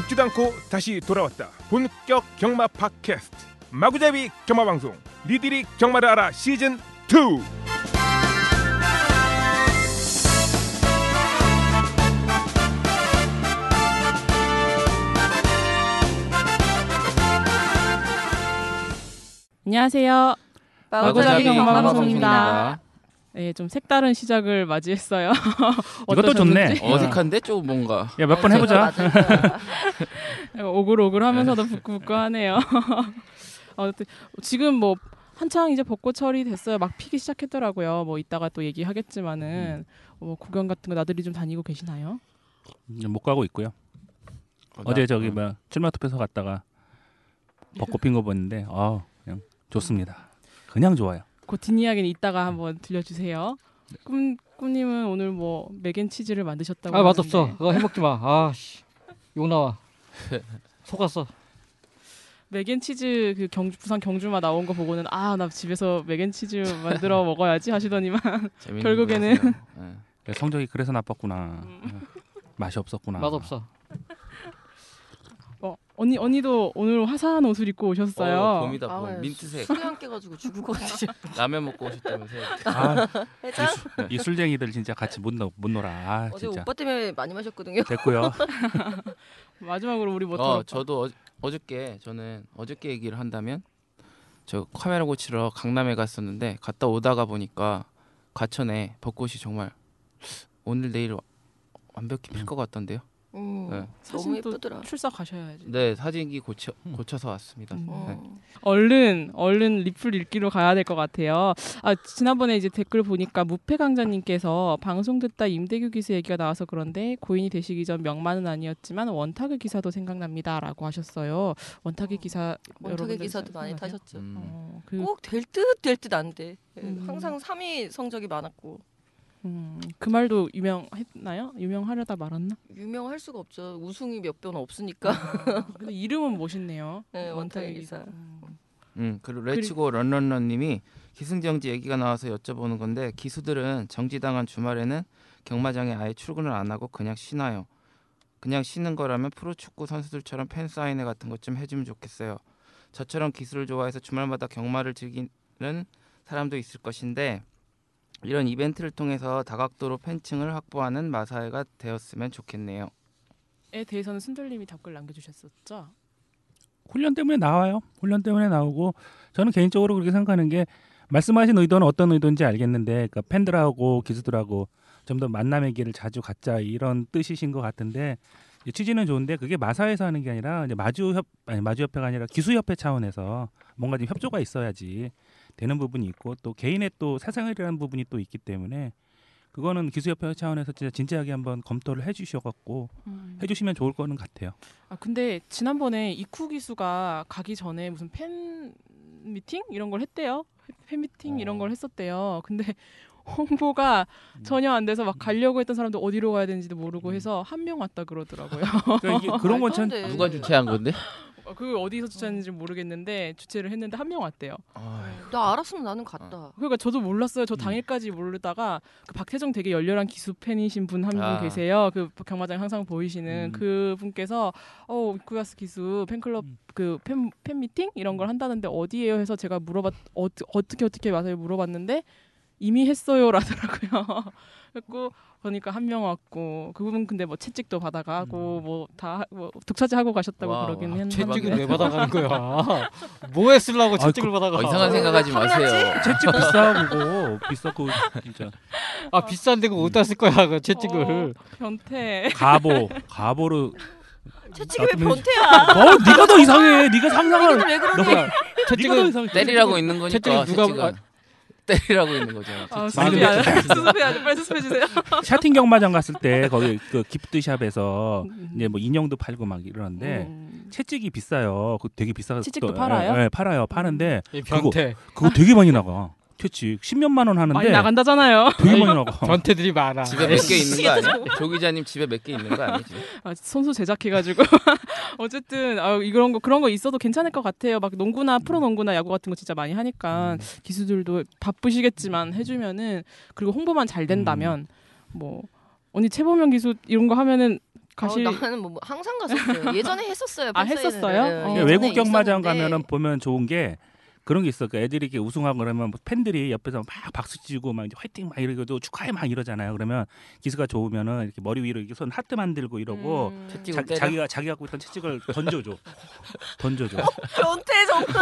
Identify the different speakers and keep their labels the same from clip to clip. Speaker 1: 잊지도 않고 다시 돌아왔다. 본격 경마 팟캐스트 마구잡이 경마 방송 니들이 경마를 알아 시즌 2.
Speaker 2: 안녕하세요.
Speaker 3: 마구잡이
Speaker 2: 경마방송입니다.
Speaker 4: 아.
Speaker 3: 경마방송입니다.
Speaker 2: 네, 좀 색다른 시작을 맞이했어요.
Speaker 4: 이것도 좋네.
Speaker 2: 어떠셨는지?
Speaker 3: 어색한데 좀 뭔가
Speaker 4: 야 몇 번
Speaker 3: 아,
Speaker 4: 해보자.
Speaker 3: 그러니까
Speaker 2: 오글오글하면서도 부끄부끄하네요. 아무튼 지금 뭐 한창 이제 벚꽃철이 됐어요. 막 피기 시작했더라고요. 뭐 이따가 또 얘기하겠지만은 뭐 구경 같은 거 나들이 좀 다니고 계시나요?
Speaker 4: 음, 못 가고 있고요. 어제 저기 뭐 출마 투표소 갔다가 벚꽃 핀 거 봤는데 아 그냥 좋습니다. 그냥 좋아요.
Speaker 2: 곧 뒷이야기는 이따가 한번 들려주세요. 꿈 꿈님은 오늘 뭐 맥앤치즈를 만드셨다고
Speaker 5: 아
Speaker 2: 하는데
Speaker 5: 맛없어. 그거 해먹지 마. 아씨 욕 나와. 속았어.
Speaker 2: 맥앤치즈 그 경주 부산 경주마 나온 거 보고는 아 나 집에서 맥앤치즈 만들어 먹어야지 하시더니만
Speaker 3: 재밌는
Speaker 2: 결국에는-
Speaker 3: 것 같아요. 예.
Speaker 4: 그러니까 성적이 그래서 나빴구나. 맛이 없었구나.
Speaker 5: 맛없어.
Speaker 2: 어, 언니 언니도 오늘 화사한 옷을 입고 오셨어요.
Speaker 3: 어, 봄이다 봄
Speaker 6: 아유,
Speaker 3: 민트색
Speaker 6: 술이랑 깨가지고 죽을 것 같아.
Speaker 3: 라면 먹고 오셨다면서요
Speaker 4: 아,
Speaker 6: 회장
Speaker 4: 이, 술- 이 술쟁이들 진짜 같이 못, 노, 못 놀아. 아
Speaker 6: 어제
Speaker 4: 진짜
Speaker 6: 오빠 때문에 많이 마셨거든요.
Speaker 4: 됐고요.
Speaker 2: 마지막으로 우리 뭐
Speaker 3: 어
Speaker 2: 어,
Speaker 3: 저도 어, 어저께 저는 어저께 얘기를 한다면 저 카메라 고치러 강남에 갔었는데 갔다 오다가 보니까 과천에 벚꽃이 정말 오늘 내일 와- 완벽히 필 것 같던데요
Speaker 6: 음,
Speaker 3: 네.
Speaker 6: 너무
Speaker 2: 사진도
Speaker 6: 예쁘더라.
Speaker 2: 출사 가셔야지.
Speaker 3: 네 사진기 고쳐, 고쳐서 왔습니다
Speaker 2: 음.
Speaker 6: 어.
Speaker 3: 네.
Speaker 2: 얼른 얼른 리플 읽기로 가야 될 것 같아요. 아 지난번에 이제 댓글 보니까 무패 강자님께서 방송 듣다 임대규 기수 얘기가 나와서 그런데 고인이 되시기 전 명만은 아니었지만 원타그 기사도 생각납니다라고 하셨어요. 원타그 기사
Speaker 6: 원탁의
Speaker 2: 여러분들
Speaker 6: 기사도 많이
Speaker 2: 생각나요?
Speaker 6: 타셨죠.
Speaker 3: 음.
Speaker 2: 어, 그
Speaker 6: 꼭 될 듯 될 듯 안 돼. 예,
Speaker 2: 음.
Speaker 6: 항상 3위 성적이 많았고
Speaker 2: 음, 그 말도 유명했나요? 유명하려다 말았나?
Speaker 6: 유명할 수가 없죠. 우승이 몇 번
Speaker 2: 음.
Speaker 6: 없으니까.
Speaker 2: 아, 근데 이름은 멋있네요.
Speaker 6: 그 네, 원탁의 기사.
Speaker 2: 음.
Speaker 3: 음, 그리고 레츠고 런런런님이 기승정지 얘기가 나와서 여쭤보는 건데 기수들은 정지당한 주말에는 경마장에 아예 출근을 안 하고 그냥 쉬나요? 그냥 쉬는 거라면 프로축구 선수들처럼 팬 사인회 같은 것 좀 해주면 좋겠어요. 저처럼 기수를 좋아해서 주말마다 경마를 즐기는 사람도 있을 것인데 이런 이벤트를 통해서 다각도로 팬층을 확보하는 마사회가 되었으면 좋겠네요.
Speaker 2: 에 대해서는 순돌님이 답글 남겨주셨었죠.
Speaker 4: 훈련 때문에 나와요. 훈련 때문에 나오고 저는 개인적으로 그렇게 생각하는 게 말씀하신 의도는 어떤 의도인지 알겠는데 그러니까 팬들하고 기수들하고 좀 더 만남의 길을 자주 갖자 이런 뜻이신 것 같은데 이 취지는 좋은데 그게 마사에서 하는 게 아니라 이제 마주협 아니 마주협회가 아니라 기수협회 차원에서 뭔가 좀 협조가 있어야지 되는 부분이 있고 또 개인의 또 사생활이라는 부분이 또 있기 때문에 그거는 기수협회 차원에서 진짜 진지하게 한번 검토를 해주셔갖고 해주시면 좋을 거는 같아요.
Speaker 2: 그 아 근데 지난번에 이쿠 기수가 가기 전에 무슨 팬 미팅 이런 걸 했대요. 팬 미팅 이런
Speaker 4: 어.
Speaker 2: 걸 했었대요. 근데 홍보가 전혀 안 돼서 막 가려고 했던 사람도 어디로 가야 되는지도 모르고 해서 한 명 왔다 그러더라고요.
Speaker 4: 그러니까 이게
Speaker 6: 말도
Speaker 4: 그런
Speaker 6: 안
Speaker 4: 건참
Speaker 6: 돼.
Speaker 3: 누가 주최한 건데?
Speaker 2: 어, 그 어디서 주최했는지 모르겠는데 주최를 했는데 한 명 왔대요.
Speaker 6: 나 알았으면 나는
Speaker 3: 어.
Speaker 6: 갔다.
Speaker 2: 그러니까 저도 몰랐어요. 저 당일까지 모르다가 그 박태정 되게 열렬한 기수 팬이신 분 한 분
Speaker 3: 아.
Speaker 2: 계세요. 그 경마장 항상 보이시는
Speaker 4: 음.
Speaker 2: 그 분께서 어 이쿠야스 기수 팬클럽
Speaker 4: 음.
Speaker 2: 그 팬 팬미팅 이런 걸 한다는데 어디예요? 해서 제가 물어봤 어, 어떻게 어떻게 와서 물어봤는데 이미 했어요라더라고요. 그래고 보니까 한 명 왔고 그분 근데 뭐 채찍도 받아가고 뭐 다 뭐 독차지 하고 가셨다고
Speaker 3: 와,
Speaker 2: 그러긴
Speaker 3: 와.
Speaker 2: 했는데
Speaker 3: 채찍은 왜
Speaker 5: 받아가는 거야? 뭐 했으려고
Speaker 4: 채찍을
Speaker 5: 받아가?
Speaker 3: 어, 이상한 생각하지 마세요.
Speaker 4: 채찍 비싸고 비싸고 진짜
Speaker 5: 아 비싼데 그거 어디다 쓸 거야? 그 채찍을.
Speaker 2: 어, 변태.
Speaker 4: 가보 가보로
Speaker 6: 채찍이 왜
Speaker 4: 나도
Speaker 6: 변태야?
Speaker 4: 어 네가 더 이상해 네가 상상을
Speaker 6: 니들 왜 그러니?
Speaker 4: 너가 네가 더
Speaker 5: 채찍은
Speaker 4: 이상해
Speaker 3: 때리라고 있는 거니까
Speaker 5: 채찍은 누가- 뭐, 아.
Speaker 3: 채찍은. 때리라고 있는 거죠.
Speaker 2: 아,
Speaker 4: 많이
Speaker 2: 수습해야 돼. 수습해야 돼. 빨리 수습해 주세요.
Speaker 4: 샤팅 경마장 갔을 때 거기 그 기프트샵에서 이제 뭐 인형도 팔고 막 이러는데
Speaker 2: 음.
Speaker 4: 채찍이 비싸요 그 되게 비싸서
Speaker 2: 채찍도
Speaker 4: 또-
Speaker 2: 팔아요?
Speaker 4: 예, 예, 팔아요 파는데
Speaker 5: 이 변태.
Speaker 4: 그거 되게 많이 나가 채찍 십몇만 원 하는데
Speaker 2: 많이 나간다잖아요.
Speaker 4: 되게 많이
Speaker 5: 아니,
Speaker 4: 나가
Speaker 5: 변태들이 많아.
Speaker 3: 집에 몇 개 있는 거 아니야? 조 기자님 집에 몇 개 있는 거 아니지?
Speaker 2: 아, 선수 제작해가지고 어쨌든 아, 이런 거 그런 거 있어도 괜찮을 것 같아요. 막 농구나 프로 농구나 야구 같은 거 진짜 많이 하니까 기수들도 바쁘시겠지만 음. 해주면은 그리고 홍보만 잘 된다면 뭐 언니 최보명 기수 이런 거 하면은 가실
Speaker 6: 어, 나는 뭐 항상 갔었어요. 예전에 했었어요.
Speaker 2: 아,
Speaker 6: 펄사에는.
Speaker 2: 했었어요?
Speaker 6: 네,
Speaker 2: 어.
Speaker 6: 예전에
Speaker 2: 예전에
Speaker 4: 외국 경마장
Speaker 6: 있었는데
Speaker 4: 가면은 뭐 보면 좋은 게 그런 게 있어. 그러니까 애들이 이렇게 우승하고 그러면 뭐 팬들이 옆에서 막 박수 치고 막 이제 화이팅 막 이러고 축하해 막 이러잖아요. 그러면 기수가 좋으면은 이렇게 머리 위로 이렇게 손 하트 만들고 이러고
Speaker 6: 음.
Speaker 3: 채찍-
Speaker 4: 자,
Speaker 3: 이걸 때려?
Speaker 4: 기가 자기 갖고 있던 채찍을 던져줘. 던져줘.
Speaker 6: 어? 변태 정도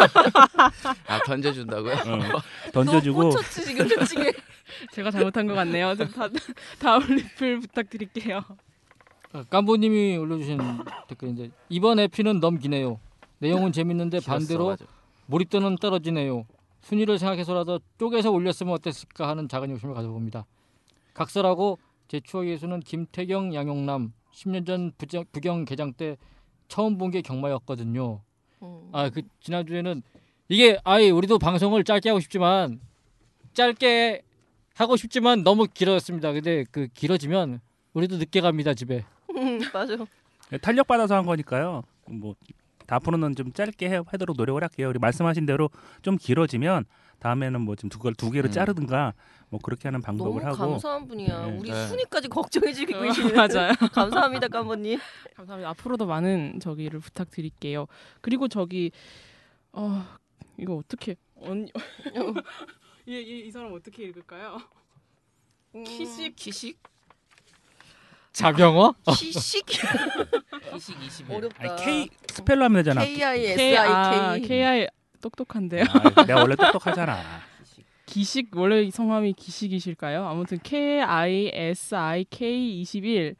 Speaker 3: 아 던져준다고요?
Speaker 4: 어, 던져주고
Speaker 6: 꽂혔지 지금 솔직히.
Speaker 2: 제가 잘못한 것 같네요. 좀 다, 다음 리플 부탁드릴게요.
Speaker 5: 아, 깐보님이 올려주신 댓글인데 이번 에피는 넘기네요. 내용은 재밌는데 반대로
Speaker 3: 길었어, 맞아.
Speaker 5: 몰입도는 떨어지네요. 순위를 생각해서라도 쪼개서 올렸으면 어땠을까 하는 작은 욕심을 가져봅니다. 각설하고 제 추억의 예수는 김태경 양용남 10년 전 부정, 부경 개장 때 처음 본 게 경마였거든요.
Speaker 6: 음.
Speaker 5: 아 그 지난주에는 이게 아이 우리도 방송을 짧게 하고 싶지만 짧게 하고 싶지만 너무 길었습니다. 근데 그 길어지면 우리도 늦게 갑니다 집에.
Speaker 6: 음, 맞아.
Speaker 4: 탄력 받아서 한 거니까요. 뭐 앞으로는 좀 짧게 해, 하도록 노력을 할게요. 우리 말씀하신 대로 좀 길어지면 다음에는 뭐 지금 두 개를 두 개로
Speaker 3: 음.
Speaker 4: 자르든가 뭐 그렇게 하는
Speaker 6: 너무
Speaker 4: 방법을 하고
Speaker 6: 감사한 분이야.
Speaker 4: 네.
Speaker 6: 우리
Speaker 3: 네.
Speaker 6: 순위까지 걱정해 주고
Speaker 2: 어,
Speaker 6: 계시는.
Speaker 2: 맞아요.
Speaker 6: 감사합니다, 깐번님.
Speaker 2: 감사합니다. 앞으로도 많은 저기를 부탁드릴게요. 그리고 저기 어 이거 어떻게 언 이이 이 사람 어떻게 읽을까요? 키식
Speaker 3: 키식?
Speaker 5: 자병어?
Speaker 6: 시식
Speaker 3: 키식 20일.
Speaker 6: 음, 어렵다.
Speaker 4: 네. 아니, K 스펠로 하면 되잖아.
Speaker 6: K I S
Speaker 2: K
Speaker 6: I
Speaker 2: I
Speaker 6: K.
Speaker 2: K I 똑똑한데요.
Speaker 4: 아, 내가 원래 똑똑하잖아.
Speaker 2: 기식 원래 이 성함이 기식이실까요? 아무튼 K I S I K 21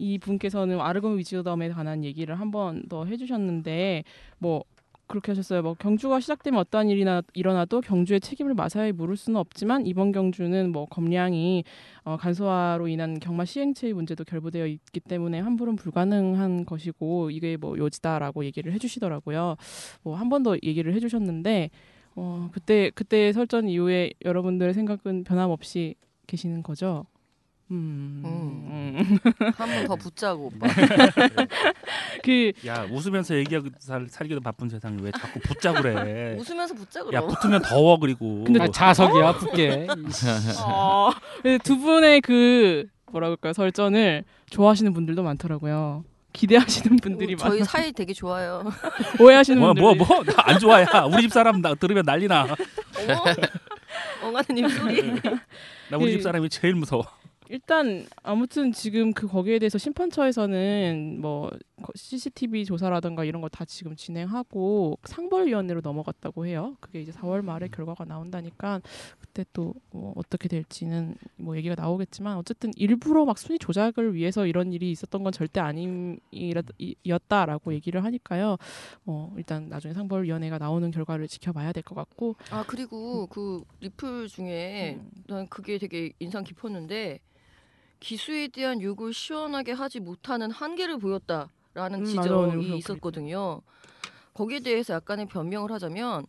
Speaker 2: 이 분께서는 아르곤 위즈덤에 관한 얘기를 한 번 더 해주셨는데 뭐 그렇게 하셨어요. 뭐 경주가 시작되면 어떠한 일이나 일어나도 경주의 책임을 마사에 물을 수는 없지만 이번 경주는 뭐 검량이 어, 간소화로 인한 경마 시행체의 문제도 결부되어 있기 때문에 환불은 불가능한 것이고 이게 뭐 요지다라고 얘기를 해주시더라고요. 뭐 한 번 더 얘기를 해주셨는데 어, 그때 그때 설전 이후에 여러분들의 생각은 변함없이 계시는 거죠. 음.
Speaker 6: 음. 한번 더 붙자고 오빠.
Speaker 2: 음. 그
Speaker 4: 야 웃으면서 얘기하고 살, 살기도 바쁜 세상에 왜 자꾸 붙자고 그래.
Speaker 6: 웃으면서 붙자
Speaker 4: 야
Speaker 6: 그럼.
Speaker 4: 붙으면 더워 그리고. 뭐,
Speaker 2: 근데
Speaker 5: 아, 자석이야 붙게.
Speaker 2: 어, 근데 두 분의 그 뭐라 그럴까요 설전을 좋아하시는 분들도 많더라고요. 기대하시는 분들이 많아
Speaker 6: 어, 저희 사이 되게 좋아요.
Speaker 2: 오해하시는 분들
Speaker 4: 뭐뭐 뭐 나 안 좋아야 우리 집 사람 나 들으면 난리나.
Speaker 6: 어머, 엉아님 소리.
Speaker 4: 나 우리
Speaker 2: 예.
Speaker 4: 집 사람이 제일 무서워.
Speaker 2: 일단 아무튼 지금 그 거기에 대해서 심판처에서는 뭐 거- CCTV 조사라든가 이런 거 다 지금 진행하고 상벌위원회로 넘어갔다고 해요. 그게 이제 4월 말에 결과가 나온다니까 그때 또뭐 어떻게 될지는 뭐 얘기가 나오겠지만 어쨌든 일부러 막 순위 조작을 위해서 이런 일이 있었던 건 절대 아니었다라고 얘기를 하니까요. 뭐 일단 나중에 상벌위원회가 나오는 결과를 지켜봐야 될 것 같고
Speaker 6: 아 그리고 그 리플 중에
Speaker 2: 음.
Speaker 6: 난 그게 되게 인상 깊었는데 기수에 대한 욕을 시원하게 하지 못하는 한계를 보였다라는
Speaker 2: 음, 맞아요.
Speaker 6: 지적이
Speaker 2: 그렇게.
Speaker 6: 있었거든요. 거기에 대해서 약간의 변명을 하자면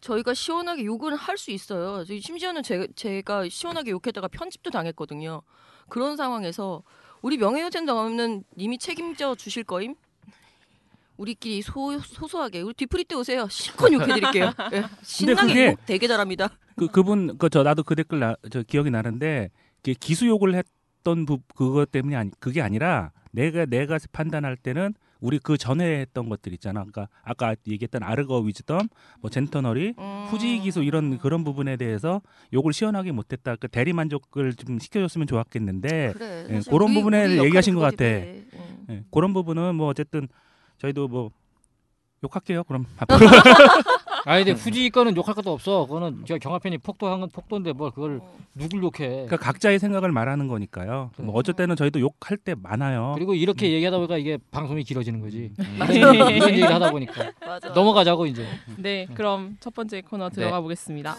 Speaker 6: 저희가 시원하게 욕은 할 수 있어요. 저희 심지어는 제, 제가 시원하게 욕했다가 편집도 당했거든요. 그런 상황에서 우리 명예훼손 당하면 님이 책임져 주실 거임? 우리끼리 소, 소소하게 우리 뒤풀이 때 오세요. 실컷 욕해드릴게요. 예, 신나게
Speaker 4: 그게-
Speaker 6: 욕 되게 잘합니다.
Speaker 4: 그 그분 그 저 나도 그 댓글 나, 저 기억이 나는데 그 기수욕을 했던 부, 그것 때문이 아니 그게 아니라 내가 내가 판단할 때는 우리 그 전에 했던 것들 있잖아. 그러니까 아까 얘기했던 아르거 위즈덤, 뭐 젠터너리,
Speaker 6: 음.
Speaker 4: 후지 기수 이런 그런 부분에 대해서 욕을 시원하게 못했다. 그 대리 만족을 좀 시켜줬으면 좋았겠는데
Speaker 5: 그렇죠.
Speaker 6: 그래,
Speaker 4: 예,
Speaker 6: 사실
Speaker 4: 그런
Speaker 6: 우리-
Speaker 4: 부분을
Speaker 6: 우리 역할이
Speaker 4: 얘기하신 것
Speaker 6: 그거지, 음,
Speaker 4: 같아.
Speaker 6: 그래. 응.
Speaker 4: 예, 그런 부분은 뭐 어쨌든 저희도 뭐 욕할게요. 그럼 그러니까
Speaker 5: 아니
Speaker 4: 음.
Speaker 5: 근데 후지 거는 욕할 것도 없어. 그거는 제가 경화편이 폭도한 건 폭도인데 뭘 그걸 누굴 욕해.
Speaker 4: 그러니까 각자의 생각을 말하는 거니까요. 뭐 어쩔 때는 저희도 욕할 때 많아요.
Speaker 5: 네. 그리고
Speaker 4: 음.
Speaker 5: 이렇게 얘기하다 보니까 이게 방송이 길어지는 거지.
Speaker 2: 맞아요.
Speaker 5: 이런 얘기를 하다 보니까
Speaker 6: 맞아.
Speaker 5: 넘어가자고 이제.
Speaker 2: 네 그럼 첫 번째 코너 들어가 보겠습니다.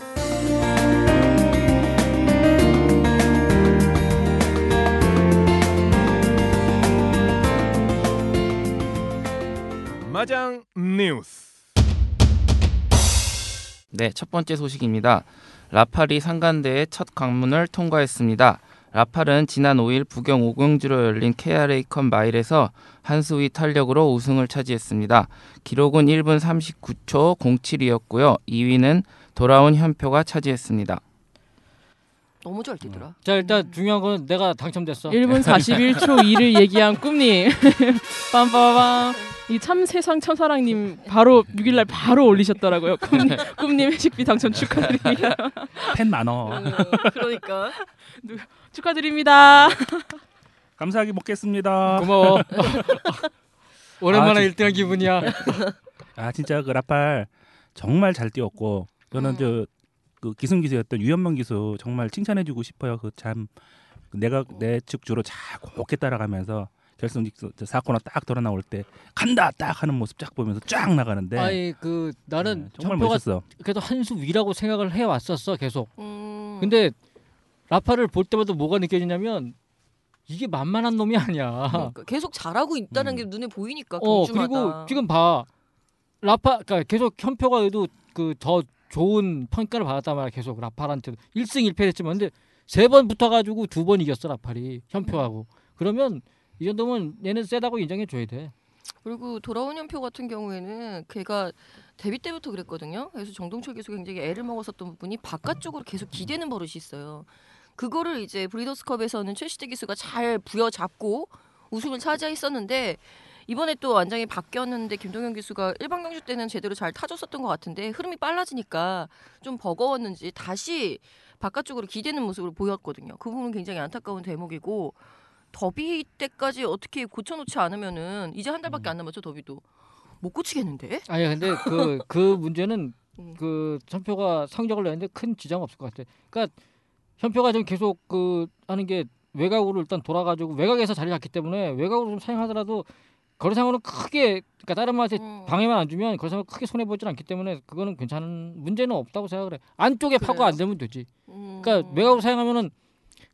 Speaker 1: 마장 뉴스.
Speaker 3: 네, 첫 번째 소식입니다. 라팔이 상간대의 첫 관문을 통과했습니다. 라팔은 지난 5일 부경 오경주로 열린 KRA 컵 마일에서 한수위 탄력으로 우승을 차지했습니다. 기록은 1분 39초 07이었고요. 2위는 돌아온 현표가 차지했습니다.
Speaker 6: 너무 잘 뛰더라. 음.
Speaker 5: 자 일단 중요한 거는 내가 당첨됐어.
Speaker 2: 1분 41초 2를 얘기한 꿈님. 빰빠밤. 이 참 세상 참사랑님 바로 6일날 바로 올리셨더라고요. 꿈님, 꿈님 회식비 당첨 축하드립니다.
Speaker 4: 팬
Speaker 6: 음.
Speaker 4: 많어.
Speaker 6: 그러니까
Speaker 2: 축하드립니다.
Speaker 4: 감사하게 먹겠습니다.
Speaker 5: 고마워. 오랜만에
Speaker 4: 아,
Speaker 5: 일 1등한 기분이야.
Speaker 4: 아 진짜 그 라팔 정말 잘 뛰었고 저는
Speaker 6: 음.
Speaker 4: 저그 기승기수였던 유현명 기수 정말 칭찬해주고 싶어요. 그 참 내가
Speaker 5: 어.
Speaker 4: 내 직주로 잘 곱게 따라가면서 결승 직선 사코너 딱 돌아 나올 때 간다 딱 하는 모습 쫙 보면서 쫙 나가는데
Speaker 5: 아니 그 나는
Speaker 4: 네, 정말
Speaker 5: 정표가
Speaker 4: 멋있어.
Speaker 5: 그래도 한 수 위라고 생각을 해 왔었어 계속.
Speaker 6: 음,
Speaker 5: 근데 라파를 볼 때마다 뭐가 느껴지냐면 이게 만만한 놈이 아니야.
Speaker 6: 그러니까 계속 잘하고 있다는
Speaker 4: 음.
Speaker 6: 게 눈에 보이니까
Speaker 5: 어
Speaker 6: 경주마다.
Speaker 5: 그리고 지금 봐 라파 그러니까 계속 현표가 그래도 그 더 좋은 평가를 받았단 말이야 계속 라팔한테도 1승 1패 했지만 근데 세 번 붙어가지고 두 번 이겼어 라팔이 현표하고 그러면 이 정도면 얘는 세다고 인정해 줘야 돼.
Speaker 6: 그리고 돌아온 연표 같은 경우에는 걔가 데뷔 때부터 그랬거든요. 그래서 정동철 교수 굉장히 애를 먹었었던 부분이 바깥쪽으로 계속 기대는 버릇이 있어요. 그거를 이제 브리더스컵에서는 최시대 기수가 잘 부여잡고 우승을 차지했었는데 이번에 또 완전히 바뀌었는데 김동현 기수가 일반 경주 때는 제대로 잘 타줬었던 것 같은데 흐름이 빨라지니까 좀 버거웠는지 다시 바깥쪽으로 기대는 모습을 보였거든요. 그 부분은 굉장히 안타까운 대목이고 더비 때까지 어떻게 고쳐놓지 않으면은 이제 한
Speaker 5: 음.
Speaker 6: 달밖에 안 남았죠 더비도 못 고치겠는데?
Speaker 5: 아니 근데 그 그 문제는
Speaker 6: 음.
Speaker 5: 그 현표가 성적을 내는데 큰 지장 없을 것 같아. 그러니까 현표가 지금 계속 그 하는 게 외곽으로 일단 돌아가지고 외곽에서 자리 잡기 때문에 외곽으로 좀 사용하더라도 거리상으로 크게 그러니까 다른 말한테
Speaker 6: 음.
Speaker 5: 방해만 안 주면 거리상으로 크게 손해 보진 않기 때문에 그거는 괜찮은 문제는 없다고 생각을 해. 안쪽에 파고
Speaker 6: 그래요?
Speaker 5: 안 되면 되지.
Speaker 6: 음.
Speaker 5: 그러니까 외곽으로 사용하면은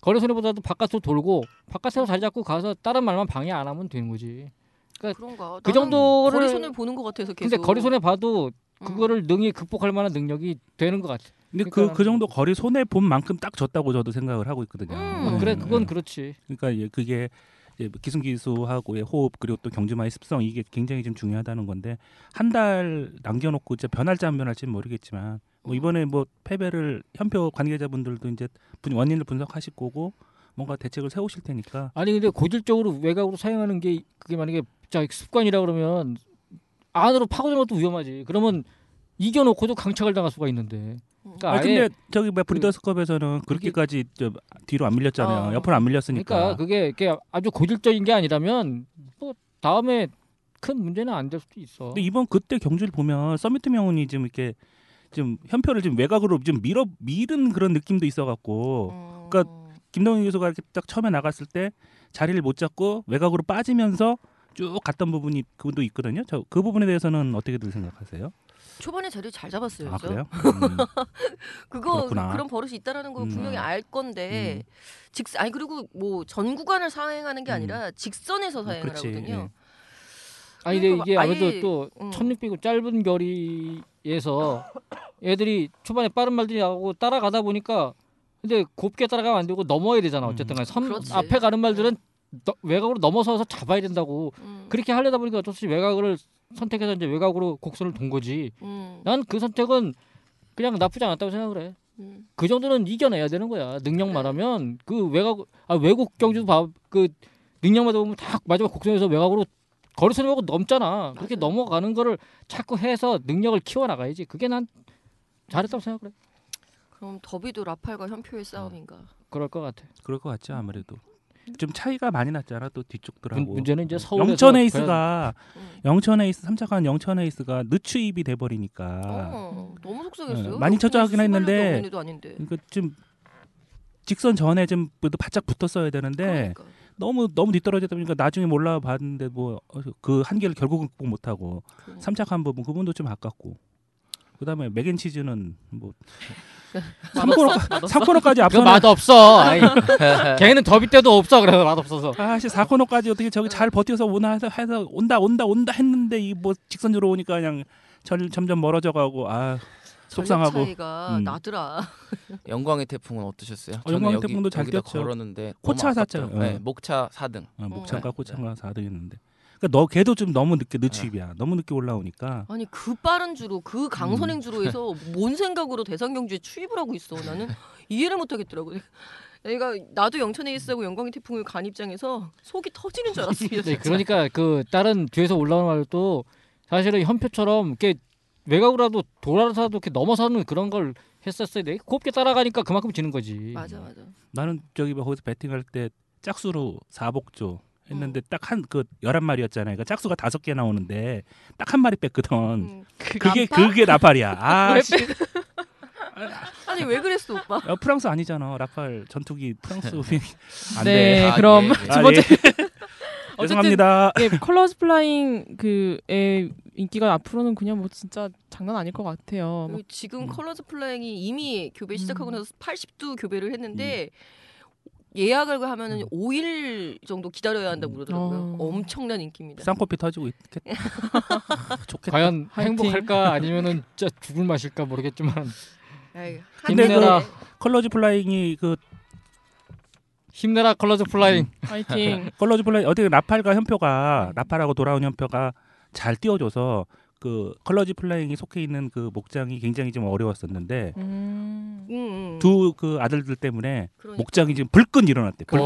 Speaker 5: 거리 손해보다도 바깥으로 돌고 바깥으로 자리 잡고 가서 다른 말만 방해 안 하면 되는 거지.
Speaker 6: 그런가?
Speaker 5: 그
Speaker 6: 나는
Speaker 5: 정도를-
Speaker 6: 거리 손을 보는 것 같아서 계속.
Speaker 5: 근데 거리 손해 봐도
Speaker 6: 음.
Speaker 5: 그거를 능히 극복할 만한 능력이 되는 것 같아.
Speaker 4: 근데 그
Speaker 5: 그러니까
Speaker 4: 그 정도 거리 손해 본 만큼 딱 줬다고 저도 생각을 하고 있거든요.
Speaker 6: 음.
Speaker 5: 그래
Speaker 4: 네.
Speaker 5: 그건 그렇지.
Speaker 4: 그러니까 이제 그게 이제 뭐 기승기수하고의 호흡 그리고 또 경주마의 습성 이게 굉장히 좀 중요하다는 건데 한 달 남겨놓고 이제 변할지 안 변할지는 모르겠지만
Speaker 5: 음.
Speaker 4: 뭐 이번에 뭐 패배를 현표 관계자분들도 이제 분- 원인을 분석하실 거고 뭔가 대책을 세우실 테니까
Speaker 5: 아니 근데 고질적으로 외곽으로 사용하는 게 그게 만약에 자 습관이라 그러면 안으로 파고드는 것도 위험하지. 그러면 이겨놓고도 강착을 당할 수가 있는데.
Speaker 6: 음.
Speaker 5: 그러니까
Speaker 4: 아
Speaker 5: 아예
Speaker 4: 근데 저기 뭐 브리더스컵에서는 그렇게까지 저 뒤로 안 밀렸잖아요
Speaker 6: 어.
Speaker 4: 옆으로 안 밀렸으니까
Speaker 5: 그러니까 그게 이게 아주 고질적인 게 아니라면 뭐 다음에 큰 문제는 안 될 수도 있어.
Speaker 4: 근데 이번 그때 경주를 보면 서미트 명운이 좀 이렇게 좀 현표를 좀 외곽으로 좀 밀어 밀은 그런 느낌도 있어갖고
Speaker 6: 음.
Speaker 4: 그러니까 김동현 교수가 이렇게 딱 처음에 나갔을 때 자리를 못 잡고 외곽으로 빠지면서 쭉 갔던 부분이 그분도 있거든요. 저 그 부분에 대해서는 어떻게들 생각하세요?
Speaker 6: 초반에 자리 잘 잡았어요.
Speaker 4: 아
Speaker 6: 그죠?
Speaker 4: 그래요? 음.
Speaker 6: 그거 그
Speaker 4: 그렇구나.
Speaker 6: 런 버릇이 있다라는 걸
Speaker 4: 음.
Speaker 6: 분명히 알 건데 직 아니 그리고 뭐 전 구간을 사행하는 게
Speaker 4: 음.
Speaker 6: 아니라 직선에서 사행을
Speaker 4: 그렇지, 예.
Speaker 6: 하거든요.
Speaker 5: 아니 근데
Speaker 6: 그러니까
Speaker 5: 이게
Speaker 6: 아예-
Speaker 5: 아무래도 또
Speaker 6: 음.
Speaker 5: 1600 짧은 거리에서 애들이 초반에 빠른 말들이 나오고 따라가다 보니까 근데 곱게 따라가면 안 되고 넘어야 되잖아
Speaker 4: 음.
Speaker 5: 어쨌든 간에 선
Speaker 6: 그렇지. 네.
Speaker 5: 앞에 가는 말들은 너- 외곽으로 넘어서서 잡아야 된다고
Speaker 6: 음.
Speaker 5: 그렇게 하려다 보니까 어쩔 수 없이 외곽을 선택해서 이제 외곽으로 곡선을 돈 거지
Speaker 6: 음.
Speaker 5: 난 그 선택은 그냥 나쁘지 않았다고 생각을 해.
Speaker 6: 음.
Speaker 5: 그 정도는 이겨내야 되는 거야.
Speaker 6: 네.
Speaker 5: 능력만 하면 그 외곽 아 외국 경주도 봐그 능력만 보면 다 마지막 곡선에서 외곽으로 거리선 외곽 넘잖아. 그렇게 넘어가는 거를 자꾸 해서 능력을 키워 나가야지. 그게 난 잘했다고 생각해.
Speaker 6: 그럼 더비도 라팔과
Speaker 4: 어.
Speaker 6: 현표의 싸움인가?
Speaker 5: 그럴 것 같아.
Speaker 4: 그럴 것 같죠 아무래도.
Speaker 6: 음.
Speaker 4: 좀 차이가 많이 났잖아 또 뒤쪽들하고. 예.
Speaker 5: 문- 문제는 이제 서울에서 그
Speaker 4: 영천 에이스가
Speaker 6: 음.
Speaker 4: 영천 에이스 3차간 영천 에이스가 늦추입이 돼 버리니까
Speaker 6: 어, 너무 속상했어요.
Speaker 4: 아. 네, 많이
Speaker 6: 영국에서
Speaker 4: 처져하긴 했는데
Speaker 6: 스물여덟 명인데도 아닌데.
Speaker 4: 그러니까 좀 직선 전에 좀 그래도 바짝 붙었어야 되는데
Speaker 6: 그러니까.
Speaker 4: 너무 너무 뒤떨어졌다 보니까 나중에 몰라 봤는데 뭐 그 한계를 결국은 극복 못 하고
Speaker 6: 그러니까.
Speaker 4: 삼착한 부분 그분도 좀 아깝고 그다음에 맥앤치즈는 뭐
Speaker 6: 맛없어?
Speaker 4: 3코너, 까지
Speaker 5: 그
Speaker 4: 앞서는
Speaker 5: 맛 없어. 아이, 걔는 더비 때도 없어. 그래서 맛 없어서.
Speaker 4: 아씨 4코너까지 어떻게 저기 잘 버텨서 오나 해서, 해서 온다 온다 온다 했는데 이 뭐 직선으로 오니까 그냥 절, 점점 멀어져 가고 아
Speaker 6: 전력
Speaker 4: 속상하고.
Speaker 6: 차이가
Speaker 4: 음.
Speaker 6: 나더라.
Speaker 3: 영광의 태풍은 어떠셨어요?
Speaker 4: 어, 영광의
Speaker 3: 저는 여기-
Speaker 4: 태풍도 잘
Speaker 3: 여기다
Speaker 4: 뛰었죠.
Speaker 3: 걸었는데
Speaker 4: 코차
Speaker 3: 너무
Speaker 4: 샀죠.
Speaker 3: 아깝더라고요. 네,
Speaker 4: 어.
Speaker 3: 목차 4등.
Speaker 4: 어, 목창과
Speaker 3: 네.
Speaker 4: 코창과 4등했는데. 그러니까 너 걔도 좀 너무 늦게
Speaker 6: 네.
Speaker 4: 늦추입이야. 너무 늦게 올라오니까.
Speaker 6: 아니 그 빠른 주로 그
Speaker 4: 음.
Speaker 6: 강선행 주로에서 뭔 생각으로 대상 경주에 추입을 하고 있어 나는 이해를 못 하겠더라고. 내가 나도 영천 에이스하고 영광의 태풍을 간 입장에서 속이 터지는 줄 알았어요.
Speaker 5: 네,
Speaker 6: 진짜.
Speaker 5: 그러니까 그 다른 뒤에서 올라오는 말도 사실은 현표처럼 이렇게 외곽으로라도 돌아서라도 이렇게 넘어서는 그런 걸 했었어야 돼. 곱게 따라가니까 그만큼 지는 거지.
Speaker 6: 맞아 맞아.
Speaker 4: 나는 저기 뭐 거기서 배팅할 때 짝수로 사복조 했는데
Speaker 6: 어.
Speaker 4: 딱 한 그 11마리였잖아요. 그러니까 짝수가 다섯 개 나오는데 딱 한 마리 뺐거든.
Speaker 6: 음.
Speaker 4: 그게
Speaker 6: 나빠?
Speaker 4: 그게 나팔이야. 아,
Speaker 6: 왜
Speaker 4: 씨.
Speaker 6: 아니 왜 그랬어 오빠?
Speaker 4: 어, 프랑스 아니잖아. 라팔 전투기
Speaker 5: 네.
Speaker 4: 프랑스 우리 안
Speaker 2: 네,
Speaker 4: 돼.
Speaker 3: 아,
Speaker 2: 그럼
Speaker 3: 예, 예.
Speaker 2: 두 번째
Speaker 4: 예. 죄송합니다.
Speaker 2: 예, 컬러스 플라잉 그의 인기가 앞으로는 그냥 뭐 진짜 장난 아닐 것 같아요. 막
Speaker 6: 그리고
Speaker 5: 음.
Speaker 6: 지금 컬러즈 플라잉이 이미 교배 시작하고
Speaker 2: 음.
Speaker 6: 나서 80두 교배를 했는데
Speaker 5: 음.
Speaker 6: 예약을 하면은 5일 정도 기다려야
Speaker 5: 음.
Speaker 6: 한다고 그러더라고요.
Speaker 2: 어.
Speaker 6: 엄청난 인기입니다.
Speaker 4: 쌍코피 터지고 있겠다. 좋겠다.
Speaker 5: 과연
Speaker 2: 그 화이팅.
Speaker 5: 행복할까 아니면은 진짜 죽을 맛일까 모르겠지만
Speaker 6: 아이,
Speaker 4: 근데
Speaker 6: 한국에
Speaker 5: 그-
Speaker 4: 컬러즈 플라잉이 그
Speaker 5: 힘내라 컬러즈 플라잉.
Speaker 2: 네. 음, 파이팅.
Speaker 4: 컬러즈 플라잉 어떻게 라팔과 현표가 라팔하고 돌아온 현표가 잘 띄워줘서 그 컬러즈 플라잉이 속해 있는 그 목장이 굉장히 좀 어려웠었는데
Speaker 2: 음.
Speaker 6: 음, 음.
Speaker 4: 두 그 아들들 때문에
Speaker 6: 그러니까.
Speaker 4: 목장이 지금 불끈 일어났대. 불끈.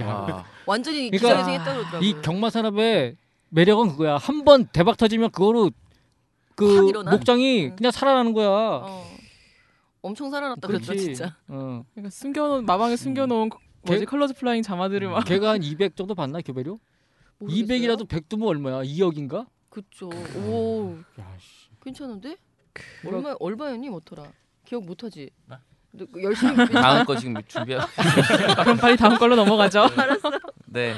Speaker 5: 야.
Speaker 3: 아,
Speaker 6: 완전히
Speaker 5: 그러니까
Speaker 6: 기사회생했다 그러더라고요.
Speaker 5: 이 경마 산업의 매력은 그거야. 한 번 대박 터지면 그거로 그
Speaker 6: 확 일어나?
Speaker 5: 목장이
Speaker 6: 응.
Speaker 5: 그냥 살아나는 거야.
Speaker 6: 어. 엄청 살아났다 그랬죠
Speaker 5: 그렇지.
Speaker 6: 진짜.
Speaker 5: 어.
Speaker 2: 그러니까 숨겨놓은 마방에 숨겨놓은 그, 뭐지
Speaker 5: 걔-
Speaker 2: 컬러스 플라잉 자마들을 막
Speaker 5: 걔가 한 200 정도 받나 교배료? 200이라도 100두면 얼마야? 2억인가?
Speaker 6: 그쵸. 오
Speaker 5: 야, 씨.
Speaker 6: 괜찮은데?
Speaker 5: 그거-
Speaker 6: 얼마 얼마였니 모터라? 기억 못하지. 너 열심히
Speaker 3: 다음 거 지금 준비하고
Speaker 2: 그럼 빨리 다음 걸로 넘어가죠.
Speaker 3: 네.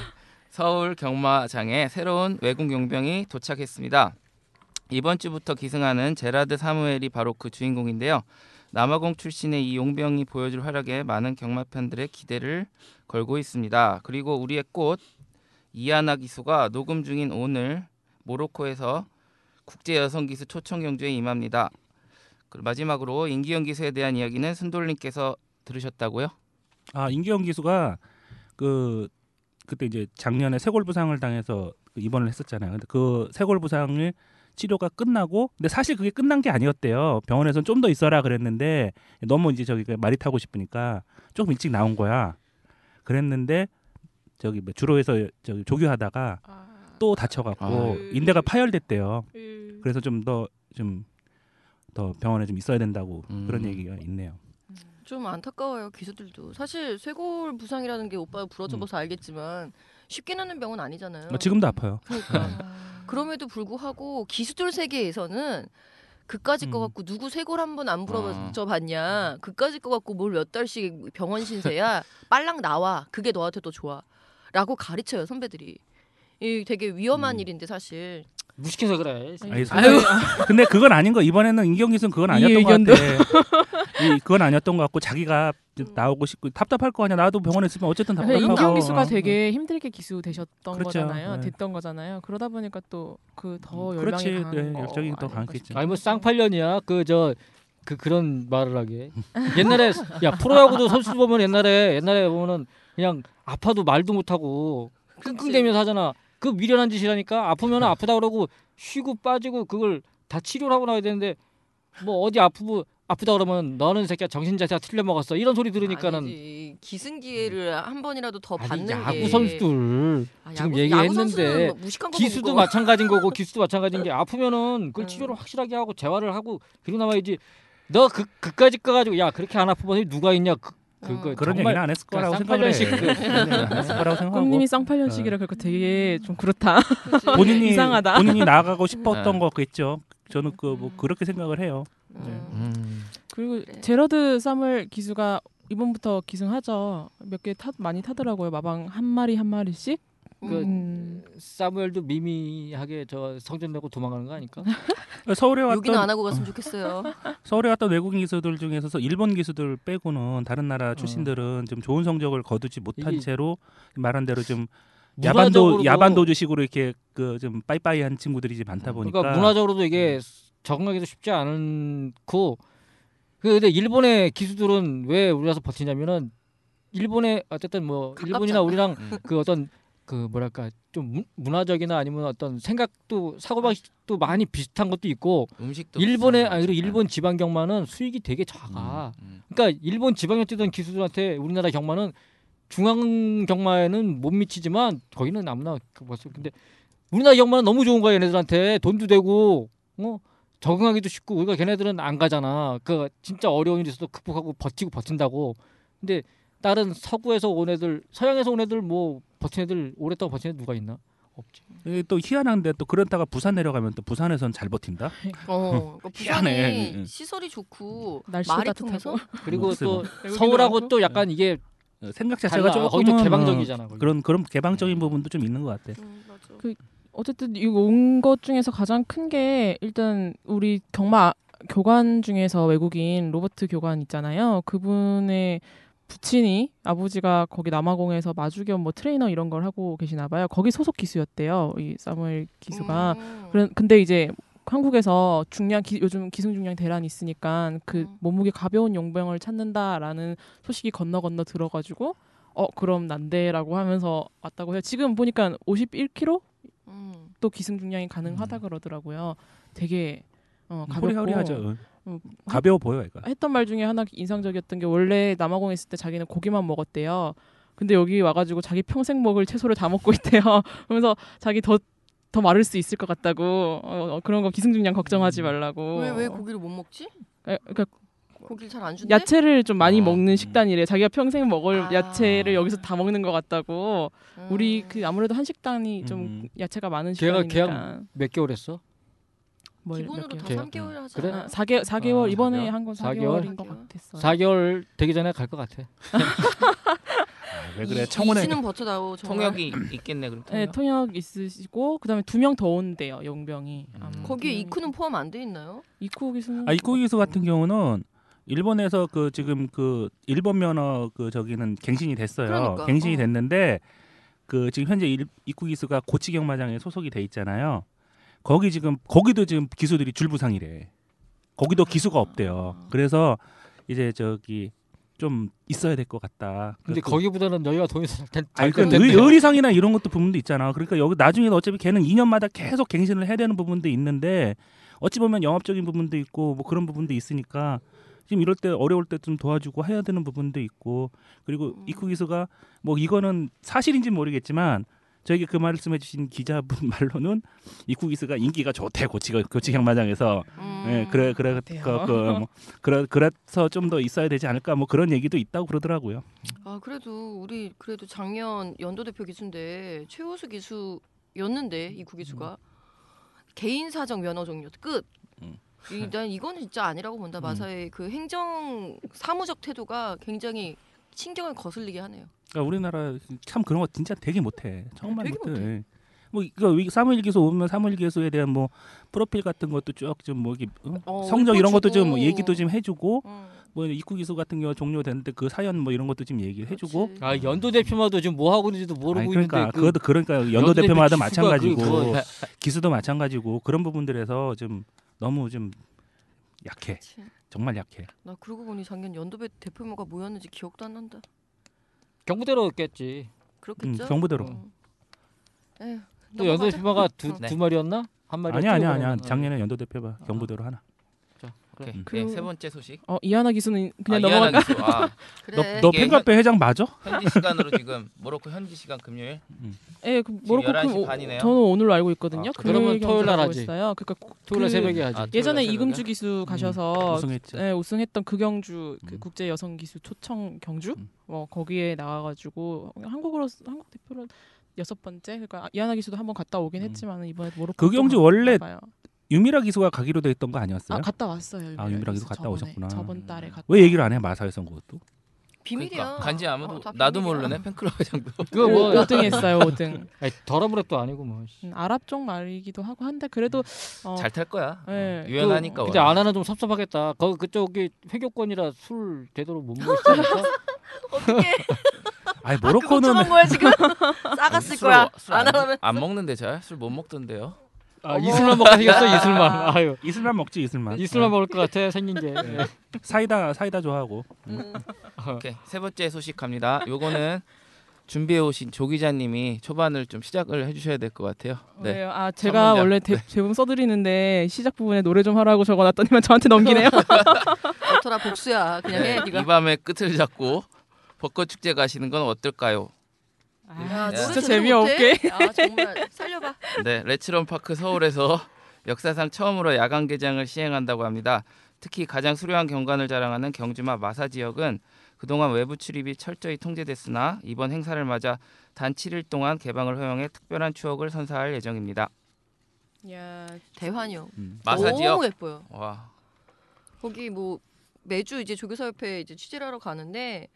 Speaker 3: 서울 경마장에 새로운 외국 용병이 도착했습니다. 이번 주부터 기승하는 제라드 사무엘이 바로 그 주인공인데요. 남아공 출신의 이 용병이 보여줄 활약에 많은 경마 팬들의 기대를 걸고 있습니다. 그리고 우리의 꽃 이아나 기수가 녹음 중인 오늘 모로코에서 국제 여성 기수 초청 경주에 임합니다. 그리고 마지막으로 인기영 기수에 대한 이야기는 순돌님께서 들으셨다고요?
Speaker 4: 아 임기영 기수가 그 그때 이제 작년에 쇄골 부상을 당해서 그 입원을 했었잖아요. 근데 그 쇄골 부상을 치료가 끝나고 근데 사실 그게 끝난 게 아니었대요. 병원에선 좀 더 있어라 그랬는데 너무 이제 저기 그 말이 타고 싶으니까 조금 일찍 나온 거야. 그랬는데 저기 뭐 주로에서 저기 조교하다가 또 다쳐갖고
Speaker 3: 아.
Speaker 4: 인대가 파열됐대요. 그래서 좀 더 좀 더 병원에 좀 있어야 된다고 그런
Speaker 3: 음.
Speaker 4: 얘기가 있네요.
Speaker 6: 좀 안타까워요 기수들도. 사실 쇄골 부상이라는 게 오빠 부러져봐서
Speaker 5: 음.
Speaker 6: 알겠지만 쉽게 나는 병은 아니잖아요.
Speaker 4: 어, 지금도 아파요.
Speaker 6: 그러니까. 그럼에도 불구하고 기수들 세계에서는 그까짓 거
Speaker 4: 음.
Speaker 6: 갖고 누구 쇄골 한 번 안
Speaker 3: 아.
Speaker 6: 부러져 봤냐 음. 그까짓 거 갖고 뭘 몇 달씩 병원 신세야 빨랑 나와 그게 너한테 더 좋아 라고 가르쳐요 선배들이 이 되게 위험한
Speaker 4: 음.
Speaker 6: 일인데 사실
Speaker 5: 무식해서 그래.
Speaker 4: 아니, 선생님, 근데 그건 아닌 거 이번에는 이경 기수는 그건
Speaker 2: 이
Speaker 4: 아니었던
Speaker 2: 의견도.
Speaker 4: 것 같아. 이 그건 아니었던 것 같고 자기가 나오고 싶고 답답할 거 아니야. 나도 병원에 있으면 어쨌든
Speaker 2: 근데
Speaker 4: 답답하고.
Speaker 2: 네, 인기영 기수가
Speaker 4: 어,
Speaker 2: 되게 힘들게 기수 되셨던
Speaker 4: 그렇죠.
Speaker 2: 거잖아요.
Speaker 4: 네.
Speaker 2: 됐던 거잖아요. 그러다 보니까 또 그 더
Speaker 4: 음,
Speaker 2: 열망이
Speaker 4: 그렇지.
Speaker 2: 강한
Speaker 4: 네,
Speaker 2: 거
Speaker 4: 열정이 더
Speaker 2: 아닐까
Speaker 4: 강했겠죠.
Speaker 2: 싶어요.
Speaker 5: 아니 뭐 쌍팔년이야. 그 저 그 그런 말을 하게. 옛날에 야 프로야구도 선수 보면 옛날에 옛날에 보면은 그냥 아파도 말도 못하고 끙끙대면서 하잖아. 그 미련한 짓이라니까 아프면 아프다 그러고 쉬고 빠지고 그걸 다 치료를 하고 나야 되는데 뭐 어디 아프고 아프다 그러면 너는 새끼야 정신 자세가 틀려 먹었어 이런 소리 들으니까는
Speaker 6: 아니지. 기승기회를 한 번이라도 더
Speaker 5: 아니,
Speaker 6: 받는
Speaker 5: 야구
Speaker 6: 게
Speaker 5: 선수들
Speaker 6: 아,
Speaker 5: 지금
Speaker 6: 야구-
Speaker 5: 얘기했는데
Speaker 6: 야구 선수는 뭐 무식한 거
Speaker 5: 기수도
Speaker 6: 보고
Speaker 5: 마찬가지인 거고 기수도 마찬가지인 게 아프면은 그걸
Speaker 6: 음.
Speaker 5: 치료를 확실하게 하고 재활을 하고 그리고 나와야지 너 그 그까지 가가지고 야 그렇게 안 아픈 분이 누가 있냐 그 그거
Speaker 6: 음.
Speaker 4: 그런
Speaker 5: 정말
Speaker 4: 얘기는 안 했을 거라고 생각을 해.
Speaker 5: 쌍팔년씩 그-
Speaker 4: 네, 안 했을 거라고 생각하고.
Speaker 2: 꿈님이 쌍팔년식이라
Speaker 4: 네.
Speaker 2: 그러니까 되게 좀 그렇다.
Speaker 6: 그치.
Speaker 4: 본인이
Speaker 2: 이상하다.
Speaker 4: 본인이 나가고 싶었던
Speaker 3: 네.
Speaker 4: 거겠죠. 저는 그 뭐 그렇게 생각을 해요.
Speaker 2: 네.
Speaker 6: 음.
Speaker 3: 음.
Speaker 2: 그리고
Speaker 6: 그래.
Speaker 2: 제러드 사물 기수가 이번부터 기승하죠. 몇 개 타 많이 타더라고요. 마방 한 마리 한 마리씩.
Speaker 5: 그-
Speaker 2: 음.
Speaker 5: 사무엘도 미미하게 저 성전 내고 도망가는 거 아닐까?
Speaker 4: 서울에
Speaker 6: 여기는
Speaker 4: 왔던
Speaker 6: 안 하고 갔으면 좋겠어요.
Speaker 2: 음.
Speaker 4: 서울에 왔던 외국인 기수들 중에서 일본 기수들 빼고는 다른
Speaker 2: 음.
Speaker 4: 나라 출신들은 좀 좋은 성적을 거두지 못한
Speaker 5: 이게-
Speaker 4: 채로 말한 대로 좀 야반도
Speaker 5: 문화적으로도-
Speaker 4: 야반도주식으로 이렇게 그 좀 빠이빠이한 친구들이 이제 많다 보니까 음.
Speaker 5: 그러니까 문화적으로도 이게 적응하기도 쉽지 않고 그 근데 일본의 기수들은 왜 우리나라에서 버티냐면은 일본의 어쨌든 뭐
Speaker 6: 가깝잖아.
Speaker 5: 일본이나 우리랑
Speaker 3: 음.
Speaker 5: 그 어떤 그 뭐랄까 좀 문- 문화적이나 아니면 어떤 생각도 사고방식도 많이 비슷한 것도 있고
Speaker 3: 음식도
Speaker 5: 일본의
Speaker 3: 비싸요.
Speaker 5: 아 그리고 일본 지방 경마는 수익이 되게 작아.
Speaker 3: 음,
Speaker 5: 그러니까 일본 지방에 뛰던 기수들한테 우리나라 경마는 중앙 경마에는 못 미치지만 거기는 아무나 그 벌써 근데 우리나라 경마는 너무 좋은 거야 얘네들한테 돈도 되고 어 적응하기도 쉽고 우리가 걔네들은 안 가잖아 그 진짜 어려운 일이 있어도 극복하고 버티고 버틴다고 근데 다른 서구에서 온 애들 서양에서 온 애들 뭐 버틴 애들 오랫동안 버틴 애들 누가 있나 없지
Speaker 4: 이게 또 희한한데 또 그렇다가 부산 내려가면 또 부산에선 잘 버틴다.
Speaker 6: 어, 그러니까
Speaker 4: 희한해. 응, 응.
Speaker 6: 부산이 시설이 좋고
Speaker 2: 음, 날씨도
Speaker 6: 말이
Speaker 2: 따뜻하고. 음,
Speaker 6: 통해서
Speaker 5: 그리고 또
Speaker 4: 목숨.
Speaker 5: 서울하고 또 약간 이게
Speaker 4: 어, 생각
Speaker 5: 달라
Speaker 4: 자체가
Speaker 5: 거기도
Speaker 4: 뭐. 조금
Speaker 5: 개방적이잖아 거기.
Speaker 4: 그런 그런 개방적인 부분도 좀 있는 것 같아.
Speaker 6: 음, 맞아.
Speaker 2: 그 어쨌든 이거 온 것 중에서 가장 큰 게 일단 우리 경마 교관 중에서 외국인 로버트 교관 있잖아요. 그분의 부친이 아버지가 거기 남아공에서 마주겸 뭐 트레이너 이런 걸 하고 계시나 봐요. 거기 소속 기수였대요. 이 사무엘 기수가.
Speaker 6: 음.
Speaker 2: 그런 근데 이제 한국에서 중량 기, 요즘 기승중량 대란이 있으니까 그
Speaker 6: 음.
Speaker 2: 몸무게 가벼운 용병을 찾는다라는 소식이 건너 건너 들어가지고 어 그럼 난데라고 하면서 왔다고 해요. 지금 보니까 51kg
Speaker 6: 음.
Speaker 2: 또 기승중량이 가능하다 그러더라고요. 되게 어, 가볍고
Speaker 4: 음. 허리허리하죠. 어.
Speaker 2: 음.
Speaker 4: 가벼워 보여 애가.
Speaker 2: 했던 말 중에 하나 인상적이었던 게 원래 남아공에 있을 때 자기는 고기만 먹었대요. 근데 여기 와가지고 자기 평생 먹을 채소를 다 먹고 있대요. 그러면서 자기 더 더 마를 수 있을 것 같다고 어, 어, 그런 거 기승중량
Speaker 4: 음.
Speaker 2: 걱정하지 말라고.
Speaker 6: 왜, 왜 고기를 못 먹지?
Speaker 2: 에, 그러니까
Speaker 6: 고기를 잘 안 준대?
Speaker 2: 야채를 좀 많이
Speaker 4: 아.
Speaker 3: 어.
Speaker 2: 먹는 식단이래. 자기가 평생 먹을
Speaker 6: 아.
Speaker 2: 야채를 여기서 다 먹는 것 같다고.
Speaker 6: 음.
Speaker 2: 우리 그 아무래도 한 식단이 좀
Speaker 4: 음.
Speaker 2: 야채가 많은
Speaker 5: 걔가
Speaker 2: 식단이니까.
Speaker 5: 몇 개월 했어?
Speaker 2: 뭘
Speaker 6: 기본으로
Speaker 2: 몇 개월?
Speaker 6: 다
Speaker 5: 개월?
Speaker 6: 3개월 하잖아.
Speaker 5: 그래?
Speaker 2: 아, 4개, 4개월
Speaker 5: 아,
Speaker 2: 이번에
Speaker 5: 4개월?
Speaker 2: 한 건
Speaker 5: 4개월?
Speaker 2: 4개월인 것
Speaker 6: 4개월?
Speaker 2: 같았어요.
Speaker 5: 4개월 되기 전에 갈 것 같아.
Speaker 4: 아, 왜 그래?
Speaker 6: 이-
Speaker 4: 청혼에
Speaker 6: 이씨는 버텨다오. 정말. 음.
Speaker 3: 통역이 있겠네 그럼
Speaker 2: 네,
Speaker 3: 통역.
Speaker 2: 통역 있으시고 그다음에 두 명 더 온대요. 용병이. 아마.
Speaker 6: 거기에
Speaker 2: 두 명이-
Speaker 6: 이쿠는 포함 안 돼 있나요?
Speaker 2: 이쿠 기수는
Speaker 6: 음.
Speaker 4: 아 이코기 기수 같은 경우는 일본에서 그 지금 그 일본 면허 그 저기는 갱신이 됐어요.
Speaker 6: 그러니까,
Speaker 4: 갱신이
Speaker 6: 어.
Speaker 4: 됐는데 그 지금 현재 일, 입국 기수가 고치 경마장에 소속이 돼 있잖아요. 거기 지금 거기도 지금 기수들이 줄부상이래. 거기도 기수가
Speaker 6: 아.
Speaker 4: 없대요. 그래서 이제 저기 좀 있어야 될 것 같다.
Speaker 5: 근데
Speaker 4: 그-
Speaker 5: 거기보다는 여기가 돈이 잘될
Speaker 4: 아니 그 의, 의리상이나 이런 것도 부분도 있잖아. 그러니까 여기 나중에는 어차피 걔는 2년마다 계속 갱신을 해야 되는 부분도 있는데 어찌 보면 영업적인 부분도 있고 뭐 그런 부분도 있으니까 지금 이럴 때 어려울 때 좀 도와주고 해야 되는 부분도 있고 그리고
Speaker 6: 음.
Speaker 4: 입국 기수가 뭐 이거는 사실인지 는 모르겠지만 저에게 그 말씀해주신 기자분 말로는 입국 기수가 인기가 좋대 고치가 고치 경마장에서
Speaker 6: 음.
Speaker 4: 예 그래 그래
Speaker 2: 그래요.
Speaker 4: 그뭐 그래 그래서 좀 더 있어야 되지 않을까 뭐 그런 얘기도 있다고 그러더라고요.
Speaker 6: 아 그래도 우리 그래도 작년 연도 대표 기수인데 최우수 기수였는데 이구 기수가 개인 사정 면허 종료 끝.
Speaker 4: 음.
Speaker 6: 이, 난 이건 진짜 아니라고 본다.
Speaker 4: 음.
Speaker 6: 마사의 그 행정 사무적 태도가 굉장히 신경을 거슬리게 하네요.
Speaker 4: 그러니까 우리나라 참 그런 거 진짜 되게 못해. 정말
Speaker 6: 되게
Speaker 4: 못해.
Speaker 6: 못해.
Speaker 4: 예. 뭐 그러니까 사무일기소 오면 사무일기소에 대한 뭐 프로필 같은 것도 쭉 좀 뭐 이렇게 어?
Speaker 6: 어,
Speaker 4: 성적 이런 것도 좀
Speaker 6: 읊어주고.
Speaker 4: 얘기도 좀 해주고
Speaker 6: 음,
Speaker 4: 뭐 입국 기소 같은 경우 종료됐는데 그 사연 뭐 이런 것도 좀 얘기를 해주고.
Speaker 6: 그렇지.
Speaker 5: 아 연도 대표마도 지금 뭐 하고 있는지도 모르고
Speaker 4: 아니, 그러니까
Speaker 5: 있는데
Speaker 4: 그것도 그러니까 연도 대표마다
Speaker 5: 기수가
Speaker 4: 마찬가지고
Speaker 5: 그 뭐-
Speaker 4: 기수도 마찬가지고 그런 부분들에서 좀 너무 좀 약해
Speaker 6: 그렇지.
Speaker 4: 정말 약해
Speaker 6: 나 그러고 보니 작년 연도 대표모가 뭐였는지 기억도 안 난다.
Speaker 5: 경부대로였겠지.
Speaker 4: 음,
Speaker 6: 그렇겠죠?
Speaker 4: 경부대로
Speaker 5: 어.
Speaker 6: 에휴,
Speaker 5: 또 연도
Speaker 6: 넘어가자.
Speaker 5: 대표마가 두,
Speaker 3: 네.
Speaker 5: 두 마리였나? 한 마리. 어,
Speaker 4: 아니야 아니야 아니야 작년에 연도 대표마 경부대로 하나
Speaker 3: 오케이.
Speaker 4: 음.
Speaker 3: 네,
Speaker 2: 그리고-
Speaker 3: 세 번째 소식.
Speaker 2: 어, 이하나 기수는 그냥
Speaker 3: 아,
Speaker 2: 넘어가
Speaker 3: 이해하는 기수. 아,
Speaker 6: 그래.
Speaker 4: 너
Speaker 3: 이게
Speaker 4: 팬카페 회장 맞아?
Speaker 3: 현지 시간으로 지금 모로코 현지 시간 금요일.
Speaker 2: 예, 그 모로코
Speaker 3: 11시
Speaker 2: 그 오-
Speaker 3: 반이네요.
Speaker 2: 저는 오늘로 알고 있거든요.
Speaker 3: 아,
Speaker 5: 그러면
Speaker 2: 금요일
Speaker 5: 토요일 날
Speaker 2: 경기라고
Speaker 5: 하지.
Speaker 2: 했어요. 그러니까 고-
Speaker 5: 토요일 날
Speaker 2: 그
Speaker 5: 새벽에 하지.
Speaker 3: 아, 토요일
Speaker 2: 예전에
Speaker 3: 새벽에?
Speaker 2: 이금주 기수 가셔서
Speaker 4: 음, 우승했지.
Speaker 2: 예, 우승했던 극영주 그
Speaker 4: 음.
Speaker 2: 국제 여성 기수 초청 경주
Speaker 4: 음.
Speaker 2: 뭐 거기에 나와가지고 한국으로 한국 대표로 여섯 번째 그러니까 이하나 기수도 한번 갔다 오긴
Speaker 4: 음.
Speaker 2: 했지만 이번에 모로코
Speaker 4: 극영주
Speaker 2: 또
Speaker 4: 원래
Speaker 2: 가봐요.
Speaker 4: 유미라 기수가 가기로 돼 있던 거 아니었어요?
Speaker 2: 아 갔다 왔어요.
Speaker 4: 아, 유미라 기수 갔다
Speaker 2: 저번에,
Speaker 4: 오셨구나.
Speaker 2: 저번 달에 갔다.
Speaker 4: 왜 얘기를 안 해? 마사에선 그것도.
Speaker 6: 비밀이야.
Speaker 3: 그러니까 간지 아무도
Speaker 6: 어, 다
Speaker 3: 나도
Speaker 6: 비밀이야.
Speaker 3: 모르네 팬클럽 회장도.
Speaker 5: 그거 뭐
Speaker 2: 5등 했어요. 5등. 음,
Speaker 5: 아니, 더러브랩도 아니고 뭐. 씨.
Speaker 2: 아랍 쪽 말이기도 하고 한데 그래도 어,
Speaker 3: 잘 탈 거야. 어,
Speaker 2: 예,
Speaker 3: 유연하니까.
Speaker 5: 근데 안 하나 좀 섭섭하겠다. 거 그쪽이 회교권이라 술 되도록 못 먹으니까.
Speaker 6: 어떻게?
Speaker 4: 아니
Speaker 6: 그거
Speaker 4: 모로코는
Speaker 6: 쳐놓은 거야 지금? 싸갔을
Speaker 3: 술-
Speaker 6: 거야.
Speaker 3: 술
Speaker 6: 안
Speaker 3: 안
Speaker 6: 하면
Speaker 3: 안 먹는데 잘 술 못 먹던데요.
Speaker 5: 아, 이슬만 먹게 생겼어 이슬만. 아유.
Speaker 4: 이슬만 먹지 이슬만.
Speaker 5: 이슬만
Speaker 4: 어.
Speaker 5: 먹을 것 같아 생긴 게. 예.
Speaker 4: 사이다 사이다 좋아하고.
Speaker 6: 음.
Speaker 2: 어.
Speaker 3: 오케이 세 번째 소식 갑니다. 요거는 준비해 오신 조 기자님이 초반을 좀 시작을 해주셔야 될 것 같아요. 네.
Speaker 2: 왜요? 아 제가
Speaker 3: 선문장.
Speaker 2: 원래 대, 대본 써드리는데 시작 부분에 노래 좀 하라고 적어놨더니만 저한테 넘기네요.
Speaker 6: 어쩌라 복수야. 그냥
Speaker 2: 예,
Speaker 6: 해
Speaker 3: 네,
Speaker 6: 네가.
Speaker 3: 이 밤의 끝을 잡고 벚꽃 축제 가시는 건 어떨까요?
Speaker 2: 아,
Speaker 3: 야,
Speaker 2: 진짜
Speaker 6: 노래 제대로
Speaker 2: 재미없게.
Speaker 6: 못해? 아 정말 살려봐.
Speaker 3: 네, 레츠런 파크 서울에서 역사상 처음으로 야간 개장을 시행한다고 합니다. 특히 가장 수려한 경관을 자랑하는 경주마 마사 지역은 그동안 외부 출입이 철저히 통제됐으나 이번 행사를 맞아 단 7일 동안 개방을 허용해 특별한 추억을 선사할 예정입니다.
Speaker 2: 야,
Speaker 6: 대환이요.
Speaker 3: 마사 지역
Speaker 6: 너무 예뻐요.
Speaker 3: 와
Speaker 6: 거기 뭐 매주 이제 조교사협회 이제 취재를 하러 가는데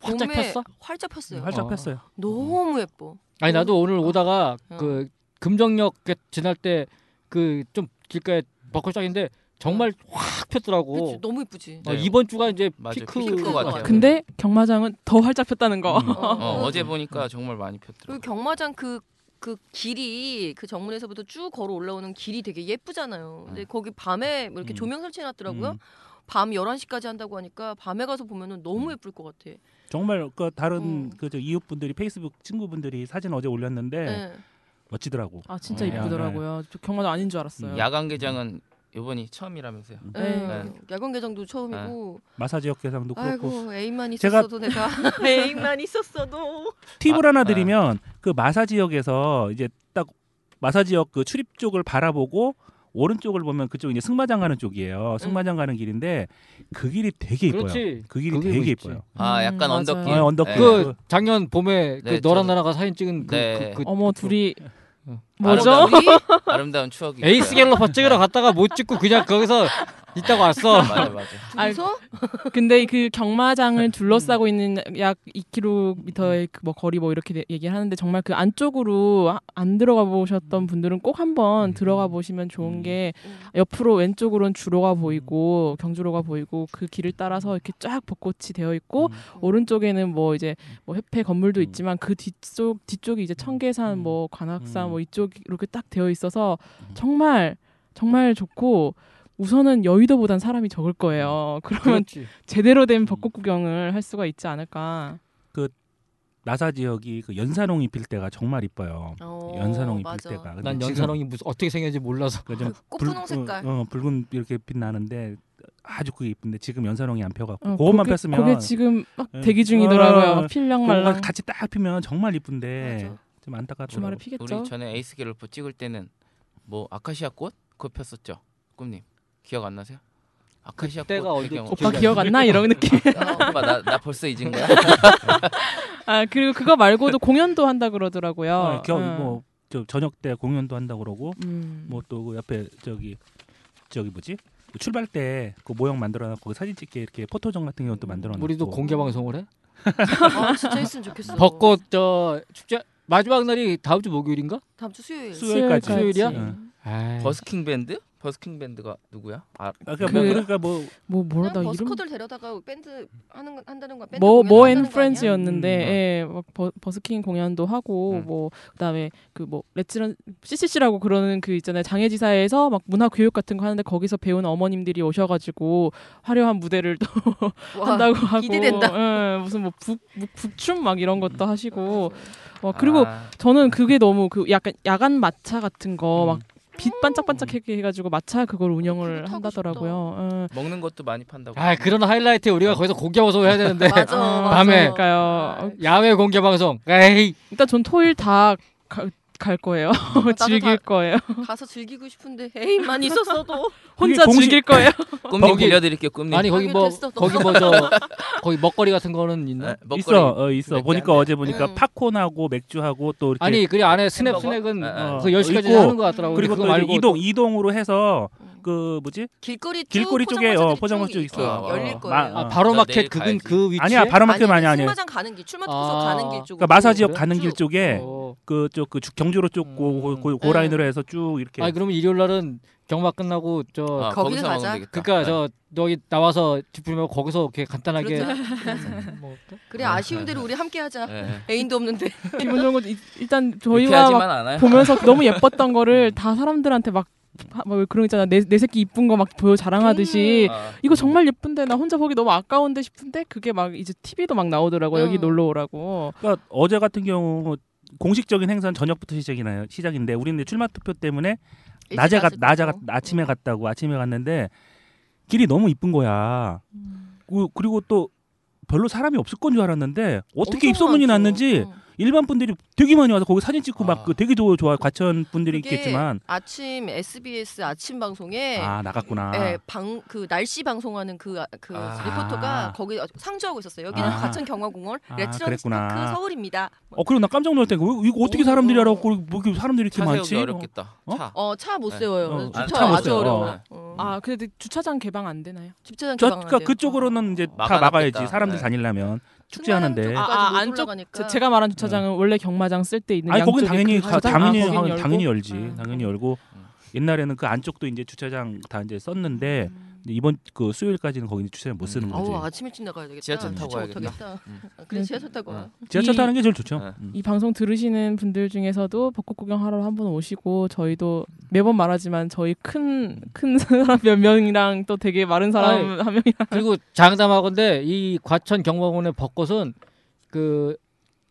Speaker 5: 활짝
Speaker 6: 봄에
Speaker 5: 폈어?
Speaker 6: 활짝 폈어요.
Speaker 4: 음, 활짝
Speaker 5: 어.
Speaker 4: 폈어요.
Speaker 6: 너무 예뻐.
Speaker 5: 아니
Speaker 2: 음.
Speaker 5: 나도 오늘 오다가
Speaker 6: 어.
Speaker 5: 그 금정역 그 지날 때 그 좀 길가에 벚꽃 짝인데 정말
Speaker 2: 어.
Speaker 5: 확
Speaker 6: 그치,
Speaker 5: 폈더라고.
Speaker 6: 너무 예쁘지.
Speaker 5: 어,
Speaker 3: 네.
Speaker 5: 이번 주가 이제
Speaker 3: 맞아
Speaker 5: 피크
Speaker 3: 피크인 것 같아요.
Speaker 2: 근데 경마장은 더 활짝 폈다는 거.
Speaker 3: 음.
Speaker 6: 어.
Speaker 3: 어, 어제 보니까 정말 많이
Speaker 6: 그리고
Speaker 3: 폈더라고.
Speaker 6: 경마장 그, 그 길이 그 정문에서부터 쭉 걸어 올라오는 길이 되게 예쁘잖아요. 근데
Speaker 3: 음.
Speaker 6: 거기 밤에 뭐 이렇게
Speaker 3: 음.
Speaker 6: 조명 설치해놨더라고요.
Speaker 3: 음.
Speaker 6: 밤 11시까지 한다고 하니까 밤에 가서 보면은 너무 예쁠 것 같아.
Speaker 4: 정말 그 다른
Speaker 6: 어.
Speaker 4: 그저 이웃분들이 페이스북 친구분들이 사진 어제 올렸는데
Speaker 6: 네.
Speaker 4: 멋지더라고.
Speaker 2: 아 진짜
Speaker 3: 음.
Speaker 2: 이쁘더라고요. 저 경마장 아닌 줄 알았어요.
Speaker 3: 야간 개장은 이번이 처음이라면서요.
Speaker 6: 네.
Speaker 3: 네.
Speaker 6: 야간 개장도 처음이고
Speaker 4: 마사 지역 개상도 네. 그렇고
Speaker 6: 아이고 애인만
Speaker 4: 제가-
Speaker 6: 있었어도 내가 애인만 있었어도
Speaker 4: 팁을
Speaker 3: 아,
Speaker 4: 하나
Speaker 3: 아.
Speaker 5: 네.
Speaker 4: 드리면 그 마사 지역에서 이제 딱 마사 지역 그 출입 쪽을 바라보고 오른쪽을 보면 그쪽 이제 승마장 가는 쪽이에요. 승마장 가는 길인데 그 길이 되게 이뻐요.
Speaker 5: 그렇지.
Speaker 4: 그 길이
Speaker 5: 그게
Speaker 4: 되게
Speaker 5: 있지.
Speaker 4: 이뻐요.
Speaker 3: 아 약간
Speaker 2: 맞아요.
Speaker 3: 언덕길.
Speaker 4: 어, 언덕길.
Speaker 3: 네.
Speaker 5: 그 작년 봄에
Speaker 3: 네,
Speaker 5: 그
Speaker 3: 저도.
Speaker 5: 너랑 나라가 사진 찍은 그,
Speaker 3: 네.
Speaker 5: 그, 그
Speaker 2: 어머 둘이
Speaker 5: 어.
Speaker 2: 뭐죠?
Speaker 3: 아름다운,
Speaker 6: 우리
Speaker 3: 아름다운 추억이.
Speaker 5: 에이스
Speaker 3: 있어요.
Speaker 5: 갤러퍼 찍으러 갔다가 못 찍고 그냥 거기서 있다가 왔어.
Speaker 3: 맞아 맞아.
Speaker 6: 둘이서
Speaker 2: 근데 그 경마장을 둘러싸고 있는 약 2km의 그뭐 거리 뭐 이렇게 얘기를 하는데 정말 그 안쪽으로 아- 안 들어가 보셨던 분들은 꼭 한번 들어가 보시면 좋은 게 옆으로 왼쪽으로는 주로가 보이고 경주로가 보이고 그 길을 따라서 이렇게 쫙 벚꽃이 되어
Speaker 4: 음.
Speaker 2: 있고 오른쪽에는 뭐 이제 뭐 협회 건물도 있지만 그 뒤쪽 뒤쪽이 이제 청계산 뭐 관악산 뭐 이쪽 이렇게 딱 되어 있어서 정말 정말 좋고 우선은 여의도보단 사람이 적을 거예요. 그러면
Speaker 5: 그렇지.
Speaker 2: 제대로 된 벚꽃 구경을 할 수가 있지 않을까.
Speaker 4: 나사 지역이 그 연산홍이 필 때가 정말 이뻐요.
Speaker 6: 어,
Speaker 4: 연산홍이
Speaker 6: 맞아.
Speaker 4: 필 때가. 근데
Speaker 5: 난
Speaker 4: 지금
Speaker 5: 연산홍이 무슨 어떻게 생겼는지 몰라서.
Speaker 4: 그좀
Speaker 6: 그 꽃분홍 색깔.
Speaker 4: 어, 어, 붉은 이렇게 빛나는데 아주 그게 이쁜데 지금 연산홍이 안 펴갖고
Speaker 2: 어,
Speaker 4: 그것만
Speaker 2: 그게-
Speaker 4: 폈으면
Speaker 2: 그게 지금 막
Speaker 4: 예.
Speaker 2: 대기 중이더라고요.
Speaker 4: 어,
Speaker 2: 필랑
Speaker 4: 그거
Speaker 2: 말랑
Speaker 4: 같이 딱 피면 정말 이쁜데
Speaker 6: 맞아.
Speaker 4: 좀 안타깝더라고.
Speaker 2: 주말에
Speaker 3: 우리
Speaker 2: 피겠죠.
Speaker 3: 전에 에이스 갤러퍼 찍을 때는 뭐 아카시아 꽃 그거 폈었죠. 꿈님 기억 안 나세요? 아카시아 꽃
Speaker 5: 그때가 언제-
Speaker 3: 배경
Speaker 2: 오빠 기억 안 나? 이런 느낌.
Speaker 3: 아, 오빠 나, 나 벌써 잊은 거야.
Speaker 2: 아 그리고 그거 말고도 공연도 한다 그러더라고요.
Speaker 4: 어, 겨,
Speaker 2: 응.
Speaker 4: 뭐저 저녁 때 공연도 한다 그러고
Speaker 2: 음.
Speaker 4: 뭐 또 그 옆에 저기 저기 뭐지 그 출발 때 그 모형 만들어놨고 거기 사진 찍게 이렇게 포토존 같은 경우도 만들어놨고
Speaker 5: 우리도 공개 방송을 해?
Speaker 6: 아, 진짜 했으면 좋겠어.
Speaker 2: 음.
Speaker 5: 벚꽃 저 축제 마지막 날이 다음 주 목요일인가?
Speaker 6: 다음 주 수요일.
Speaker 4: 수- 수요일까지.
Speaker 5: 수요일이야? 음.
Speaker 4: 응.
Speaker 5: 에이.
Speaker 3: 버스킹 밴드? 버스킹 밴드가 누구야? 아,
Speaker 4: 아, 그러니까,
Speaker 2: 그-
Speaker 4: 뭐, 그러니까 뭐
Speaker 2: 뭐 뭐라
Speaker 6: 그냥
Speaker 2: 나 이름
Speaker 6: 버스커들 데려다가 밴드 하는 건 한다는 거 밴드 공연
Speaker 2: 뭐뭐앤
Speaker 6: 한다는 거 아니야?
Speaker 2: 프렌즈였는데
Speaker 4: 음.
Speaker 2: 예, 막 버, 버스킹 공연도 하고
Speaker 3: 음.
Speaker 2: 뭐 그다음에 그 뭐 레츠런 CCC라고 그러는 그 있잖아요 장애지사에서 막 문화 교육 같은 거 하는데 거기서 배운 어머님들이 오셔가지고 화려한 무대를 또
Speaker 6: 와,
Speaker 2: 한다고 하고
Speaker 6: 어, 기대된다.
Speaker 2: 예, 무슨 뭐북 북춤 막 이런 것도 하시고 와 어, 그리고
Speaker 3: 아,
Speaker 2: 저는 그게 너무 그 약간 야간 마차 같은 거 막 빛 반짝반짝하게 해가지고 마차 그걸
Speaker 6: 어, 그거
Speaker 2: 운영을
Speaker 6: 타고
Speaker 2: 한다더라고요. 예.
Speaker 3: 먹는 것도 많이 판다고.
Speaker 5: 아 그런 하이라이트 우리가 거기서 공개 방송 해야 되는데
Speaker 6: 맞아. 아,
Speaker 2: 어,
Speaker 5: 밤에.
Speaker 2: 그러니까요.
Speaker 5: 야외 공개 방송. 에이.
Speaker 2: 일단 전 토일 다 갈 거예요.
Speaker 6: 어, 나도
Speaker 2: 즐길
Speaker 6: 다
Speaker 2: 거예요.
Speaker 6: 가서 즐기고 싶은데 애인만 있었어도
Speaker 2: 혼자
Speaker 4: 공식-
Speaker 2: 즐길 거예요.
Speaker 3: 꿈님
Speaker 5: 거기-
Speaker 3: 빌려드릴게요. 꿈님.
Speaker 5: 아니 거기
Speaker 6: 거기
Speaker 5: 뭐
Speaker 6: 됐어, 또.
Speaker 5: 거기 뭐 저 거기 먹거리 같은 거는 있나?
Speaker 3: 네, 먹거리.
Speaker 4: 있어
Speaker 5: 그
Speaker 4: 어, 있어
Speaker 3: 맥주
Speaker 4: 보니까
Speaker 3: 안
Speaker 4: 어제 보니까
Speaker 6: 응.
Speaker 4: 팝콘하고 맥주하고 또 이렇게
Speaker 5: 아니 그 안에 스냅
Speaker 3: 햄버거?
Speaker 5: 스낵은
Speaker 3: 아, 아.
Speaker 5: 그 10시까지
Speaker 4: 있고,
Speaker 5: 하는 거 같더라고. 뭐
Speaker 4: 그리고
Speaker 5: 그거
Speaker 4: 또 이제
Speaker 5: 말고
Speaker 4: 이동 이동으로 해서
Speaker 6: 음.
Speaker 4: 그 뭐지?
Speaker 6: 길거리 쪽
Speaker 4: 길거리 쪽에,
Speaker 6: 포장마차들이
Speaker 4: 어, 포장마차
Speaker 6: 쭉
Speaker 4: 쪽 있어요.
Speaker 6: 이렇게
Speaker 3: 어,
Speaker 6: 열릴
Speaker 4: 어,
Speaker 6: 거예요.
Speaker 4: 마-
Speaker 5: 아
Speaker 4: 어.
Speaker 5: 바로
Speaker 3: 나
Speaker 5: 마켓
Speaker 3: 내일
Speaker 5: 그근
Speaker 3: 가야지.
Speaker 5: 그 위치에
Speaker 4: 아니야 바로마켓 아니
Speaker 6: 아니,
Speaker 4: 아니에요.
Speaker 6: 승마장 가는 길, 출마특서
Speaker 5: 아.
Speaker 6: 가는 길 쪽.
Speaker 4: 그러니까 마사지역
Speaker 5: 그래?
Speaker 4: 가는 길
Speaker 6: 쭉.
Speaker 4: 쪽에
Speaker 5: 어.
Speaker 4: 그쪽 그 주- 경주로 쭉 고, 고, 고, 고
Speaker 6: 음.
Speaker 4: 라인으로 해서 쭉 이렇게
Speaker 5: 아 그러면 일요일 날은 경마 끝나고 저
Speaker 3: 아,
Speaker 6: 거기서
Speaker 3: 거기서
Speaker 6: 가자.
Speaker 3: 먹으면 되겠다.
Speaker 5: 그러니까
Speaker 3: 네.
Speaker 5: 저 여기 나와서 뒷부분에 거기서 이렇게 간단하게 뭐
Speaker 6: 그렇죠. 그래 아쉬운 대로 우리 함께 하자.
Speaker 3: 네.
Speaker 6: 애인도 없는데.
Speaker 2: 기분 좋은 건뭐 이- 일단 저희와 막
Speaker 3: 유쾌하지만 않아요.
Speaker 2: 보면서 너무 예뻤던 거를 다 사람들한테 막, 하- 막 그런 거 있잖아 내, 내 새끼 이쁜 거 막 보여
Speaker 6: 음.
Speaker 2: 자랑하듯이
Speaker 3: 아,
Speaker 4: 음.
Speaker 2: 이거 정말 예쁜데 나 혼자 보기 너무 아까운데 싶은데 그게 막 이제 TV도 막 나오더라고 여기
Speaker 6: 음.
Speaker 2: 놀러 오라고
Speaker 4: 그러니까 어제 같은 경우 공식적인 행사는 저녁부터 시작이나요 시작인데 우리는 출마 투표 때문에 낮에 가
Speaker 6: 일찍
Speaker 4: 낮에
Speaker 6: 갔을
Speaker 4: 갔
Speaker 6: 거고. 음.
Speaker 4: 아침에 갔다고 아침에 갔는데 길이 너무 이쁜 거야.
Speaker 6: 음.
Speaker 4: 그- 그리고 또 별로 사람이 없을 건 줄 알았는데 어떻게
Speaker 6: 엄청 많죠.
Speaker 4: 입소문이
Speaker 6: 음.
Speaker 4: 났는지
Speaker 6: 응.
Speaker 4: 일반 분들이 되게 많이 와서 거기 사진 찍고
Speaker 3: 아.
Speaker 4: 막 그 되게 좋아 좋아 과천 분들이
Speaker 6: 그게
Speaker 4: 있겠지만
Speaker 6: 아침 SBS 아침 방송에
Speaker 4: 아 나갔구나.
Speaker 6: 예, 방, 그 날씨 방송하는 그, 그
Speaker 3: 아.
Speaker 6: 리포터가 거기 상주하고 있었어요. 여기는
Speaker 4: 아.
Speaker 6: 과천경마공원
Speaker 4: 아,
Speaker 6: 레츠런스파크
Speaker 4: 그랬구나.
Speaker 6: 서울입니다.
Speaker 4: 어 그리고 나 깜짝 놀랐다니까 왜- 이거 어떻게
Speaker 6: 어,
Speaker 4: 사람들이
Speaker 6: 어.
Speaker 4: 알아고 뭐 이렇게 사람들이 이렇게
Speaker 3: 차
Speaker 4: 많지?
Speaker 3: 세우기 어렵겠다.
Speaker 4: 어?
Speaker 3: 차.
Speaker 6: 어 차 못
Speaker 3: 네.
Speaker 6: 세워요.
Speaker 4: 어,
Speaker 6: 주차
Speaker 3: 차
Speaker 4: 못
Speaker 6: 아주
Speaker 4: 세워요.
Speaker 6: 어려워.
Speaker 3: 어.
Speaker 6: 어.
Speaker 2: 아 근데 주차장 개방 안 되나요?
Speaker 6: 주차장
Speaker 4: 저
Speaker 6: 개방 안
Speaker 4: 그러니까
Speaker 6: 돼요.
Speaker 4: 그쪽으로는 이제 다
Speaker 3: 막아놨겠다.
Speaker 4: 막아야지 사람들이
Speaker 3: 네.
Speaker 4: 다니려면 축제하는데.
Speaker 6: 승마는
Speaker 2: 아,
Speaker 6: 아,
Speaker 2: 안쪽
Speaker 6: 안쪽 가니까.
Speaker 2: 제- 제가 말한 주차장은 원래 경마장 쓸 때 있는
Speaker 4: 네. 아니 거긴
Speaker 2: 양쪽에
Speaker 4: 당연히
Speaker 2: 그
Speaker 4: 가-
Speaker 2: 주차장?
Speaker 4: 당연히
Speaker 2: 아, 거긴
Speaker 4: 하-
Speaker 2: 열고?
Speaker 4: 당연히 열지
Speaker 2: 음.
Speaker 4: 당연히 열고
Speaker 3: 음.
Speaker 4: 옛날에는 그 안쪽도 이제 주차장 다 이제 썼는데 근데 이번 그 수요일까지는 거기 주차장 못 쓰는
Speaker 3: 음.
Speaker 4: 거지.
Speaker 6: 어우 아침 일찍 나가야 되겠다.
Speaker 3: 지하철 타고
Speaker 6: 주차 못
Speaker 3: 가야겠다.
Speaker 6: 하겠다.
Speaker 3: 음.
Speaker 6: 아, 그래 지하철 타고.
Speaker 3: 음.
Speaker 6: 와.
Speaker 4: 지하철
Speaker 2: 이-
Speaker 4: 타는 게 제일 좋죠.
Speaker 3: 네.
Speaker 4: 음.
Speaker 2: 이 방송 들으시는 분들 중에서도 벚꽃 구경하러 한번 오시고 저희도 매번 말하지만 저희 큰 큰 사람 몇 명이랑 또 되게 마른 사람 한
Speaker 4: 음.
Speaker 2: 명이랑
Speaker 5: 그리고 장담하건데 이 과천 경마공원의 벚꽃은 그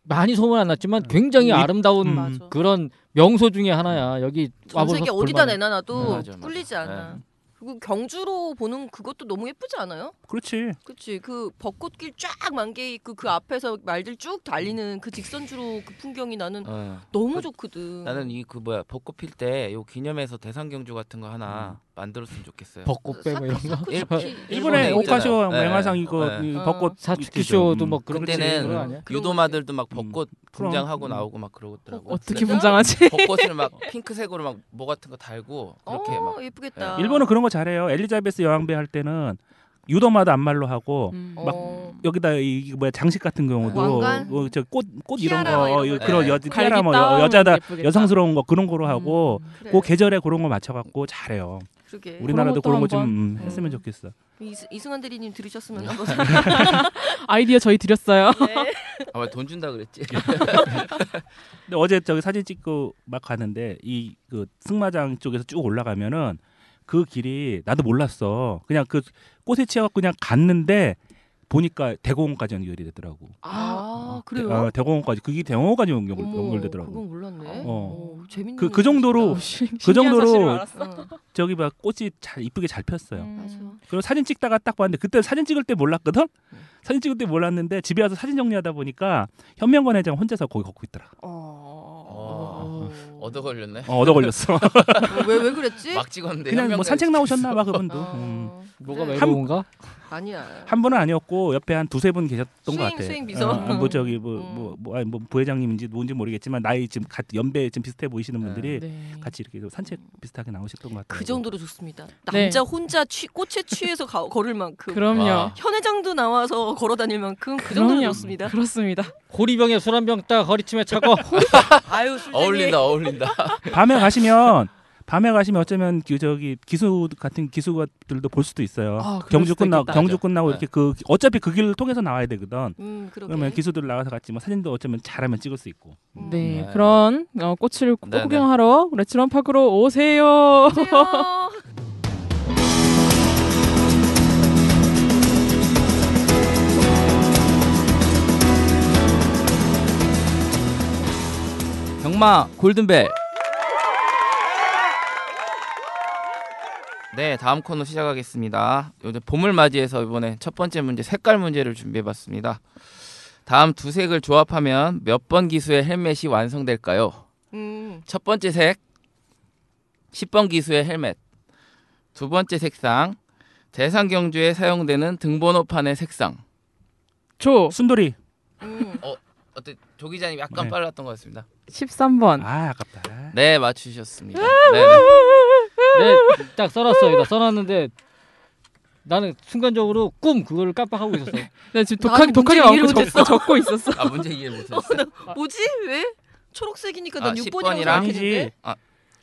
Speaker 5: 많이 소문 안 났지만 굉장히
Speaker 4: 이-
Speaker 5: 아름다운
Speaker 4: 음.
Speaker 6: 맞아.
Speaker 5: 그런 명소 중에 하나야. 여기
Speaker 6: 전 세계 어디다
Speaker 3: 네,
Speaker 6: 내놔놔도
Speaker 3: 맞아, 맞아.
Speaker 6: 꿀리지 않아.
Speaker 3: 네.
Speaker 6: 그리고 경주로 보는 그것도 너무 예쁘지 않아요?
Speaker 4: 그렇지.
Speaker 6: 그치 그 벚꽃길 쫙 만개 있고 그 앞에서 말들 쭉 달리는 그 직선주로 그 풍경이 나는
Speaker 3: 어.
Speaker 6: 너무
Speaker 3: 그-
Speaker 6: 좋거든.
Speaker 3: 나는 이 그 뭐야 벚꽃 필 때 요 기념해서 대상 경주 같은 거 하나 만들었으면 좋겠어요.
Speaker 5: 벚꽃배 뭐 이런 거.
Speaker 4: 일본에
Speaker 3: 일본에
Speaker 4: 오카쇼
Speaker 3: 있잖아요. 네.
Speaker 4: 명화상 뭐 이거
Speaker 3: 네.
Speaker 4: 이
Speaker 6: 어.
Speaker 4: 벚꽃
Speaker 5: 아, 사츠키
Speaker 4: 있죠.
Speaker 5: 쇼도
Speaker 4: 음.
Speaker 5: 뭐 그런
Speaker 3: 그때는 어.
Speaker 5: 거 아니야?
Speaker 6: 그런
Speaker 3: 유도마들도 막
Speaker 4: 거지.
Speaker 3: 벚꽃
Speaker 4: 그럼.
Speaker 3: 분장하고
Speaker 4: 음.
Speaker 3: 나오고 막 그러더라고.
Speaker 2: 어떻게 분장하지?
Speaker 3: 벚꽃을 막 핑크색으로 막 뭐 같은 거 달고 그렇게
Speaker 6: 어,
Speaker 3: 막
Speaker 6: 예쁘겠다.
Speaker 4: 일본은 그런 거 잘해요. 엘리자베스 여왕배 할 때는 유도마다 안말로 하고
Speaker 2: 음.
Speaker 4: 막
Speaker 6: 어.
Speaker 4: 여기다 이 뭐야 장식 같은 경우도 어,
Speaker 6: 왕관?
Speaker 4: 저꽃꽃 이런
Speaker 6: 티아라 뭐
Speaker 4: 거
Speaker 6: 이런 거.
Speaker 4: 그런
Speaker 3: 네.
Speaker 4: 여
Speaker 2: 갈기
Speaker 4: 티아라 뭐
Speaker 2: 따옴
Speaker 4: 여- 여자다
Speaker 2: 예쁘겠다.
Speaker 4: 여성스러운 거 그런 거로 하고
Speaker 2: 음.
Speaker 6: 그래,
Speaker 4: 그 계절에 그런 거 맞춰 갖고 잘해요.
Speaker 6: 네. 그러게.
Speaker 4: 우리나라도
Speaker 2: 그런
Speaker 4: 그런
Speaker 2: 것도
Speaker 4: 거 좀
Speaker 2: 한번.
Speaker 4: 했으면
Speaker 6: 음.
Speaker 4: 좋겠어.
Speaker 6: 이스- 이승환 대리님 들으셨으면 한번
Speaker 2: 아이디어 저희 드렸어요.
Speaker 3: 네. 아마 돈 준다 그랬지.
Speaker 4: 근데 어제 저기 사진 찍고 막 가는데 이 그 승마장 쪽에서 쭉 올라가면은 그 길이 나도 몰랐어. 그냥 그 꽃에 치여갖고 그냥 갔는데 보니까 대공원까지 연결이 되더라고.
Speaker 6: 아, 그래요?
Speaker 4: 어, 대공원까지 그게 대공원까지 연결,
Speaker 6: 어머,
Speaker 4: 연결되더라고.
Speaker 6: 그건 몰랐네.
Speaker 4: 어.
Speaker 6: 어, 재밌는.
Speaker 4: 그- 그 정도로
Speaker 6: 얘기다.
Speaker 2: 신기한
Speaker 4: 정도로-
Speaker 2: 사실을 알았어.
Speaker 6: 어,
Speaker 4: 저기 막 꽃이 잘 이쁘게 잘 폈어요.
Speaker 6: 맞아.
Speaker 4: 그리고 사진 찍다가 딱 봤는데 그때 사진 찍을 때 몰랐거든. 사진 찍을 때 몰랐는데 집에 와서 사진 정리하다 보니까 현명권 회장 혼자서 거기 걷고 있더라.
Speaker 6: 어.
Speaker 3: 얻어 걸렸네.
Speaker 4: 어, 얻어 걸렸어.
Speaker 6: 왜왜 네? 그랬지?
Speaker 3: 막 찍었는데
Speaker 4: 그냥 뭐
Speaker 3: 현명대에서
Speaker 4: 산책 나오셨나 봐 그분도.
Speaker 6: 어.
Speaker 4: 음.
Speaker 5: 뭐가
Speaker 6: 그래.
Speaker 5: 외로운가?
Speaker 6: 아니야.
Speaker 4: 한 분은 아니었고 옆에 한 두세 분 계셨던 것
Speaker 6: 수행-
Speaker 4: 같아.
Speaker 6: 수행 비서.
Speaker 4: 어, 어, 뭐 저기 뭐
Speaker 6: 음.
Speaker 4: 뭐 뭐, 아니, 뭐 부회장님인지 뭔지 모르겠지만 나이 지금 같 연배 지금 비슷해 보이시는
Speaker 3: 네.
Speaker 4: 분들이
Speaker 2: 네.
Speaker 4: 같이 이렇게 좀 산책 비슷하게 나오셨던 것 같아요.
Speaker 6: 그 정도로 좋습니다.
Speaker 2: 네.
Speaker 6: 남자 혼자 취, 꽃에 취해서 가, 걸을 만큼
Speaker 2: 그럼요.
Speaker 3: 와.
Speaker 6: 현 회장도 나와서 걸어 다닐 만큼 그 정도로
Speaker 2: 그럼요.
Speaker 6: 좋습니다.
Speaker 2: 그렇습니다.
Speaker 5: 고리병에 술 한 병 딱 허리춤에 차고
Speaker 6: 아유 술쟁이.
Speaker 3: 어울린다 어울린다.
Speaker 4: 뭐 밤에 가시면 밤에 가시면 어쩌면 그 저기 기수 같은 기수들도 볼 수도 있어요.
Speaker 2: 아, 그럴
Speaker 4: 경주
Speaker 2: 수도
Speaker 4: 끝나
Speaker 2: 있겠다.
Speaker 4: 경주
Speaker 3: 맞아.
Speaker 4: 끝나고
Speaker 3: 네.
Speaker 4: 이렇게 그 어차피 그 길을 통해서 나와야 되거든.
Speaker 6: 음 그러게.
Speaker 4: 그러면 기수들 나가서 같이 뭐 사진도 어쩌면 잘하면 찍을 수 있고.
Speaker 6: 음.
Speaker 2: 네,
Speaker 3: 네.
Speaker 2: 그런 어, 꽃을 꽃
Speaker 3: 네,
Speaker 2: 구경하러 레츠런 파크로 오세요.
Speaker 6: 안녕하세요.
Speaker 3: 경마 골든벨. 네, 다음 코너 시작하겠습니다. 요즘 봄을 맞이해서 이번에 첫 번째 문제 색깔 문제를 준비해봤습니다. 다음 두 색을 조합하면 몇 번 기수의 헬멧이 완성될까요?
Speaker 6: 음.
Speaker 3: 첫 번째 색 10번 기수의 헬멧 두 번째 색상 대상 경주에 사용되는 등번호판의 색상
Speaker 2: 조
Speaker 4: 순돌이.
Speaker 6: 음.
Speaker 3: 어때 조 기자님 약간
Speaker 4: 네.
Speaker 3: 빨랐던 것 같습니다
Speaker 2: 13번.
Speaker 4: 아 아깝다.
Speaker 3: 네 맞추셨습니다 네네.
Speaker 5: 네, 딱 써놨어요. 다 써놨는데 나는 순간적으로 꿈 그거를 깜빡하고 있었어.
Speaker 2: 나 네, 지금
Speaker 6: 나는
Speaker 2: 독하게 독하게
Speaker 6: 문제 이해를
Speaker 2: 마음껏 적고,
Speaker 6: 못했어.
Speaker 2: 적고 있었어.
Speaker 3: 아 문제 이해 못했어.
Speaker 4: 아.
Speaker 6: 뭐지? 왜? 초록색이니까
Speaker 3: 아,
Speaker 6: 난 6번이라고
Speaker 3: 10번이랑?
Speaker 6: 생각했는데.
Speaker 4: 아니지.
Speaker 3: 아.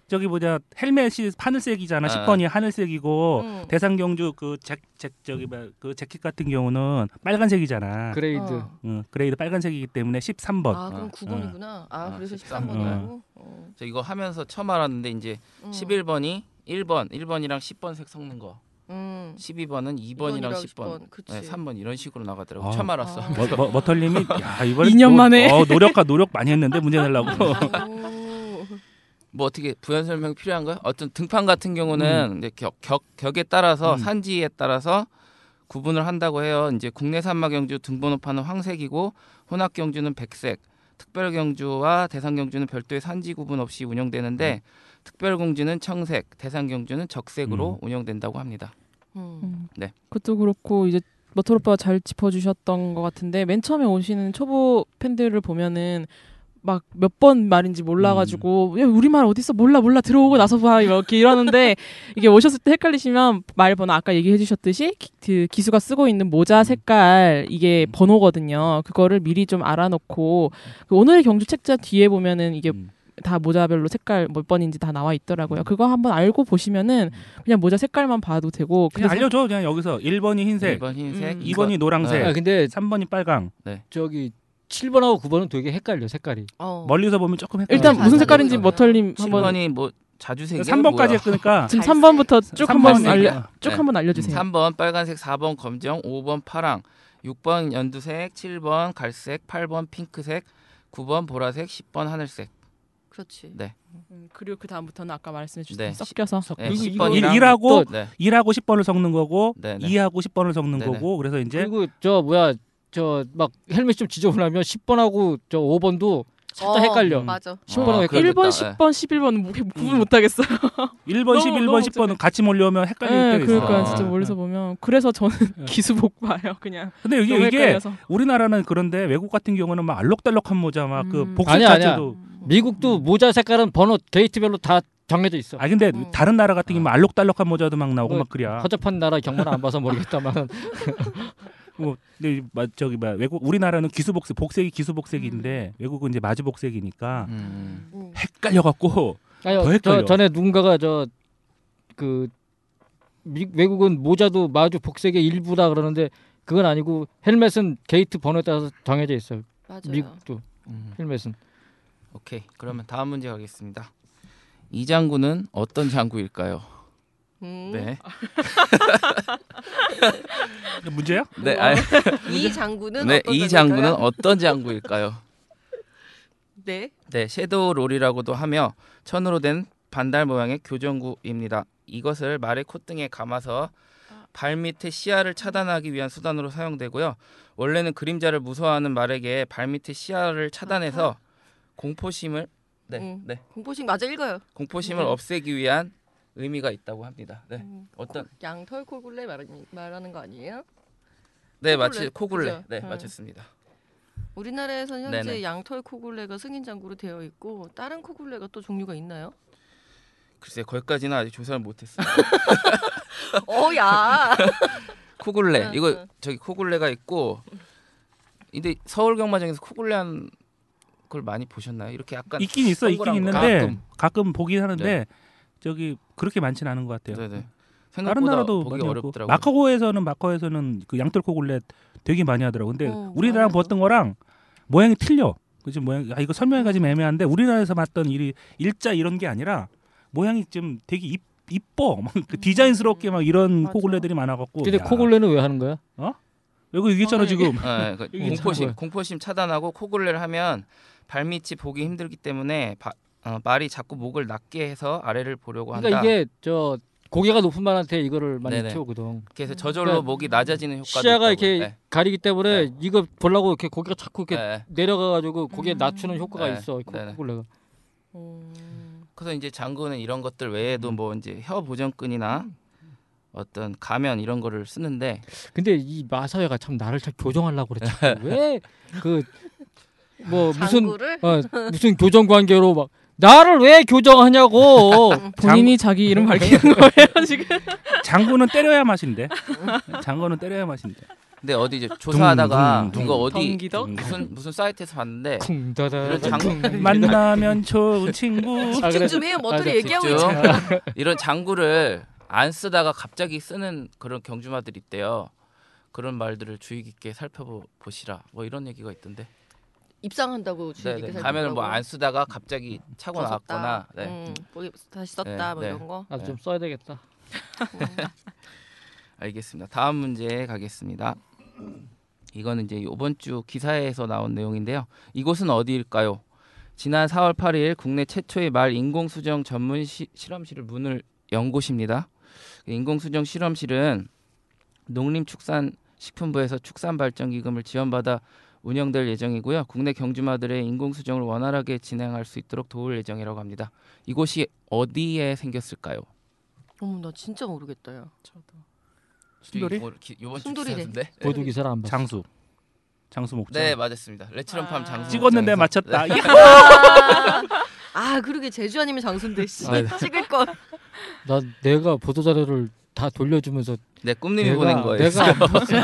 Speaker 4: 저기 보자 헬멧이 하늘색이잖아.
Speaker 3: 아.
Speaker 4: 10번이 하늘색이고
Speaker 6: 응.
Speaker 4: 대상 경주 그잭잭 저기 뭐야, 그 재킷 같은 경우는 빨간색이잖아. 그레...
Speaker 5: 그레이드.
Speaker 6: 어.
Speaker 4: 그레이드 빨간색이기 때문에 13번.
Speaker 6: 아 그럼
Speaker 3: 어.
Speaker 6: 9번이구나. 아
Speaker 3: 어,
Speaker 6: 그래서
Speaker 3: 13
Speaker 6: 13번이라고. 어.
Speaker 3: 저 이거 하면서 처음 알았는데 이제
Speaker 6: 음.
Speaker 3: 11번이 1번, 1번이랑 10번 색 섞는 거.
Speaker 6: 음.
Speaker 3: 12번은 2번이랑 10번,
Speaker 6: 그치.
Speaker 3: 네, 3번 이런 식으로 나가더라고.
Speaker 4: 아.
Speaker 3: 처음 알았어.
Speaker 6: 아.
Speaker 4: 머, 머, 머털님이 야 이번에
Speaker 2: 이년
Speaker 4: 노-
Speaker 2: 만에.
Speaker 4: 어, 노력과 노력 많이 했는데 문제 내려고
Speaker 6: 오.
Speaker 3: 뭐 어떻게 부연 설명 필요한가요? 어떤 등판 같은 경우는 이제 격, 격 격에 따라서
Speaker 4: 음.
Speaker 3: 산지에 따라서 구분을 한다고 해요. 이제 국내 산마 경주 등번호판은 황색이고 혼합 경주는 백색, 특별 경주와 대상 경주는 별도의 산지 구분 없이
Speaker 4: 음.
Speaker 3: 운영되는데 특별 공주는 청색, 대상 경주는 적색으로 운영된다고 합니다.
Speaker 6: 음.
Speaker 3: 네.
Speaker 2: 그것도 그렇고 이제 머털 오빠가 잘 짚어주셨던 것 같은데 맨 처음에 오시는 초보 팬들을 보면은 막 몇 번 말인지 몰라가지고
Speaker 4: 음.
Speaker 2: 야, 우리 말 어딨어 몰라 몰라 들어오고 나서 봐 이렇게 이러는데 이게 오셨을 때 헷갈리시면 말 번호 아까 얘기해주셨듯이 기, 그 기수가 쓰고 있는 모자
Speaker 4: 음.
Speaker 2: 색깔 이게 번호거든요 그거를 미리 좀 알아놓고 그 오늘의 경주 책자 뒤에 보면은 이게
Speaker 4: 음.
Speaker 2: 다 모자별로 색깔 몇 번인지 다 나와 있더라고요
Speaker 4: 음.
Speaker 2: 그거 한번 알고 보시면은 그냥 모자 색깔만 봐도 되고
Speaker 4: 그냥
Speaker 2: 근데
Speaker 4: 알려줘 그냥 여기서 1번이 흰색,
Speaker 3: 1번 흰색,
Speaker 6: 음.
Speaker 4: 2번이 노란색,
Speaker 5: 아, 근데
Speaker 4: 3번이 빨강.
Speaker 5: 저기 7번하고 9번은 되게 헷갈려 색깔이.
Speaker 6: 어.
Speaker 4: 멀리서 보면 조금 헷갈려.
Speaker 2: 일단
Speaker 6: 네,
Speaker 2: 무슨
Speaker 6: 네,
Speaker 2: 색깔인지
Speaker 6: 네.
Speaker 2: 머털님 한번
Speaker 3: 7번이 뭐 자주색이
Speaker 4: 3번까지 했으니까
Speaker 2: 지금
Speaker 6: 갈색.
Speaker 2: 3번부터 쭉 한번
Speaker 3: 삼번이니까.
Speaker 2: 알려 쭉
Speaker 3: 네.
Speaker 2: 한번 알려주세요.
Speaker 3: 3번 빨간색, 4번 검정, 5번 파랑, 6번 연두색, 7번 갈색, 8번 핑크색, 9번 보라색, 10번 하늘색.
Speaker 6: 그렇지.
Speaker 5: 네,
Speaker 2: 음, 그리고 그 다음부터는 아까 말씀해 주신
Speaker 3: 네.
Speaker 2: 섞여서
Speaker 3: 네,
Speaker 5: 그리고
Speaker 3: 10번이랑
Speaker 4: 일- 일하고
Speaker 3: 네.
Speaker 4: 1하고 10번을 섞는 거고
Speaker 3: 네, 네.
Speaker 4: 2하고 10번을 섞는
Speaker 3: 네네.
Speaker 4: 거고 그래서 이제
Speaker 5: 그리고 저 뭐야 저 막 헬멧 좀 지저분하면 10번하고 저 5번도 살짝 헷갈려.
Speaker 6: 어, 음. 맞아.
Speaker 5: 10번하고
Speaker 3: 아,
Speaker 5: 헷갈려.
Speaker 3: 그래요?
Speaker 2: 1번,
Speaker 3: 그렇겠다.
Speaker 4: 네.
Speaker 2: 10번, 11번은 뭐
Speaker 4: 음.
Speaker 2: 구분 못 하겠어요.
Speaker 4: 1번,
Speaker 2: 너무-
Speaker 4: 11번,
Speaker 2: 너무
Speaker 4: 10번은 같이 몰려오면 헷갈릴 때가 있어요.
Speaker 2: 그러니까
Speaker 3: 아.
Speaker 2: 진짜 멀리서 보면 그래서 저는 기수 복 봐요. 그냥
Speaker 4: 근데 이게,
Speaker 2: 너무
Speaker 4: 이게
Speaker 2: 헷갈려서.
Speaker 4: 우리나라는 그런데 외국 같은 경우는 막 알록달록한 모자 막 그
Speaker 2: 음.
Speaker 4: 복색
Speaker 5: 아니야, 아니야.
Speaker 4: 자체도
Speaker 5: 미국도 모자 색깔은 번호 게이트별로 다 정해져 있어.
Speaker 4: 아 근데
Speaker 6: 음.
Speaker 4: 다른 나라 같은
Speaker 3: 아.
Speaker 4: 경우는 알록달록한 모자도 막 나오고
Speaker 5: 뭐,
Speaker 4: 막 그래야.
Speaker 5: 허접한 나라 경험을 안 봐서 모르겠다만
Speaker 4: 뭐 근데 이- 마- 저기 뭐 외국 우리나라는 기수복색 복색이
Speaker 2: 음.
Speaker 4: 기수복색인데 외국은 이제 마주복색이니까
Speaker 3: 음.
Speaker 6: 음.
Speaker 4: 헷갈려 갖고
Speaker 5: 아니,
Speaker 4: 더
Speaker 5: 저
Speaker 4: 헷갈려.
Speaker 5: 전에 누군가가 저 그 외국은 모자도 마주 복색의 일부다 그러는데 그건 아니고 헬멧은 게이트 번호에 따라서 정해져 있어요.
Speaker 6: 맞아요.
Speaker 5: 미국도
Speaker 3: 음.
Speaker 5: 헬멧은
Speaker 3: 오케이. 그러면 다음 문제 가겠습니다. 이 장구는 어떤 장구일까요?
Speaker 6: 음.
Speaker 3: 네.
Speaker 4: 문제야?
Speaker 3: 네. 아,
Speaker 6: 이 장군은
Speaker 3: 네.
Speaker 6: 어떤
Speaker 3: 이
Speaker 6: 장군일까요?
Speaker 3: 장구는 어떤 장구일까요?
Speaker 6: 네.
Speaker 3: 네, 섀도우 롤이라고도 하며 천으로 된 반달 모양의 교정구입니다. 이것을 말의 콧등에 감아서 발 밑에 시야를 차단하기 위한 수단으로 사용되고요. 원래는 그림자를 무서워하는 말에게 발 밑에 시야를 차단해서 공포심을 네,
Speaker 6: 음.
Speaker 3: 네,
Speaker 6: 공포식 맞아 읽어요.
Speaker 3: 공포심을
Speaker 6: 음.
Speaker 3: 없애기 위한 의미가 있다고 합니다. 네,
Speaker 6: 음.
Speaker 3: 어떤
Speaker 6: 양털 코굴레 말하는, 말하는 거 아니에요?
Speaker 3: 네
Speaker 6: 코굴레,
Speaker 3: 마치 코굴레
Speaker 6: 그죠?
Speaker 3: 네
Speaker 6: 음.
Speaker 3: 맞췄습니다.
Speaker 6: 우리나라에서는 현재
Speaker 3: 네네.
Speaker 6: 양털 코굴레가 승인 장구로 되어 있고 다른 코굴레가 또 종류가 있나요?
Speaker 3: 글쎄 거기까지는 아직 조사를 못했어요.
Speaker 6: 어야.
Speaker 3: 코굴레
Speaker 6: 응,
Speaker 3: 이거
Speaker 6: 응.
Speaker 3: 저기 코굴레가 있고 근데 서울 경마장에서 코굴레 한 걸 많이 보셨나요? 이렇게 약간
Speaker 4: 있긴 있어 있긴
Speaker 3: 동그란 거.
Speaker 4: 있는데
Speaker 3: 가끔.
Speaker 4: 가끔, 보긴 하는데
Speaker 3: 네.
Speaker 4: 저기 그렇게 많지는 않은 것 같아요.
Speaker 3: 네네.
Speaker 4: 다른
Speaker 3: 생각보다
Speaker 4: 나라도
Speaker 3: 보기
Speaker 4: 많이 하고
Speaker 3: 어렵더라고요.
Speaker 4: 마카오에서는 마카오에서는 그 양털코굴렛 되게 많이 하더라고. 근데
Speaker 6: 어,
Speaker 4: 우리나라
Speaker 6: 맞아요.
Speaker 4: 봤던 거랑 모양이 틀려. 그지 모양 아 이거 설명해가 지고 애매한데 우리나라에서 봤던 일이 일자 이런 게 아니라 모양이 좀 되게 이, 이뻐. 막그 디자인스럽게 막 이런
Speaker 6: 음, 맞아.
Speaker 4: 코굴렛들이 많아갖고.
Speaker 5: 근데
Speaker 4: 야,
Speaker 5: 코골레는 왜 하는 거야?
Speaker 4: 이거 이게 있잖아
Speaker 6: 어,
Speaker 4: 지금.
Speaker 3: 네, 그
Speaker 5: 이게
Speaker 3: 공포심
Speaker 5: 참-
Speaker 3: 공포심 차단하고 코굴레를 하면 발밑이 보기 힘들기 때문에 바, 어, 말이 자꾸 목을 낮게 해서 아래를 보려고 한다.
Speaker 5: 그러니까 이게 저 고개가 높은 말한테 이거를 많이
Speaker 3: 네네.
Speaker 5: 채우거든.
Speaker 3: 래서 저절로
Speaker 5: 그러니까
Speaker 3: 목이 낮아지는 효과도
Speaker 5: 시야가
Speaker 3: 있다고.
Speaker 5: 이렇게
Speaker 3: 네.
Speaker 5: 가리기 때문에 이거 보려고 이렇게 고개가 자꾸 이렇게
Speaker 3: 네.
Speaker 5: 내려가가지고 고개
Speaker 6: 음.
Speaker 5: 낮추는 효과가
Speaker 3: 네.
Speaker 5: 있어. 코-
Speaker 3: 네네.
Speaker 5: 코골레가.
Speaker 6: 음.
Speaker 3: 그래서 이제 장구는 이런 것들 외에도
Speaker 5: 음.
Speaker 3: 뭐 이제 혀 보정끈이나 어떤 가면 이런 거를 쓰는데
Speaker 5: 근데 이 마사회가 참 나를 참 교정하려고 그래. 자꾸. 왜그 뭐 무슨
Speaker 6: 장구를
Speaker 5: 어, 무슨 교정 관계로 막 나를 왜 교정하냐고.
Speaker 2: 본인이 자기 이름
Speaker 4: 네.
Speaker 2: 밝히는 거예요 지금.
Speaker 4: 장구는 때려야 맛인데. 장구는 때려야 맛인데.
Speaker 3: 근데 어디 이제 조사하다가
Speaker 4: 둥, 둥,
Speaker 3: 이거
Speaker 4: 둥.
Speaker 3: 어디
Speaker 2: 덩기덕.
Speaker 3: 무슨 무슨 사이트에서 봤는데
Speaker 5: 쿵다다.
Speaker 3: 이런 장-
Speaker 4: 만나면 좋은 친구.
Speaker 5: 아,
Speaker 6: 집중
Speaker 5: 그래.
Speaker 6: 좀 해요. 뭐
Speaker 5: 맞아,
Speaker 6: 어떻게 얘기하고
Speaker 3: 집중.
Speaker 6: 있잖아.
Speaker 3: 이런 장구를 안 쓰다가 갑자기 쓰는 그런 경주마들이 있대요. 그런 말들을 주의 깊게 살펴보시라. 뭐 이런 얘기가 있던데.
Speaker 6: 입상한다고
Speaker 3: 네,
Speaker 6: 주님께서
Speaker 3: 네. 가면은 뭐 안 쓰다가 갑자기 차고 나왔거나. 네.
Speaker 6: 음, 거기 다시
Speaker 3: 네,
Speaker 6: 썼다 뭐
Speaker 3: 네.
Speaker 6: 이런 거. 어.
Speaker 5: 아, 좀 써야 되겠다.
Speaker 3: 알겠습니다. 다음 문제 가겠습니다. 이거는 이제 이번 주 기사에서 나온 내용인데요. 이곳은 어디일까요? 지난 4월 8일 국내 최초의 말 인공수정 전문 시, 실험실을 문을 연 곳입니다. 그 인공수정 실험실은 농림축산식품부에서 축산발전기금을 지원받아 운영될 예정이고요. 국내 경주마들의 인공수정을 원활하게 진행할 수 있도록 도울 예정이라고 합니다. 이곳이 어디에 생겼을까요?
Speaker 6: 어머 나 진짜 모르겠다. 야.
Speaker 4: 순돌이?
Speaker 3: 뭐 이번 주
Speaker 6: 순돌이래.
Speaker 3: 기사인데.
Speaker 5: 네. 보도 기사를 안 봤어.
Speaker 4: 장수. 장수 목장.
Speaker 5: 그렇죠.
Speaker 3: 네 맞았습니다. 레츠런팜
Speaker 6: 아.
Speaker 3: 장수
Speaker 4: 찍었는데
Speaker 3: 목장에서.
Speaker 4: 맞췄다.
Speaker 3: 네.
Speaker 6: 아, 아 그러게 제주 아니면 장수인데 씨,
Speaker 5: 아, 네.
Speaker 6: 찍을 걸.
Speaker 5: 나 내가 보도 자료를 다 돌려주면서
Speaker 3: 네 꿈님이
Speaker 5: 내가
Speaker 3: 보낸 거예요.
Speaker 5: 내가 안 봤어.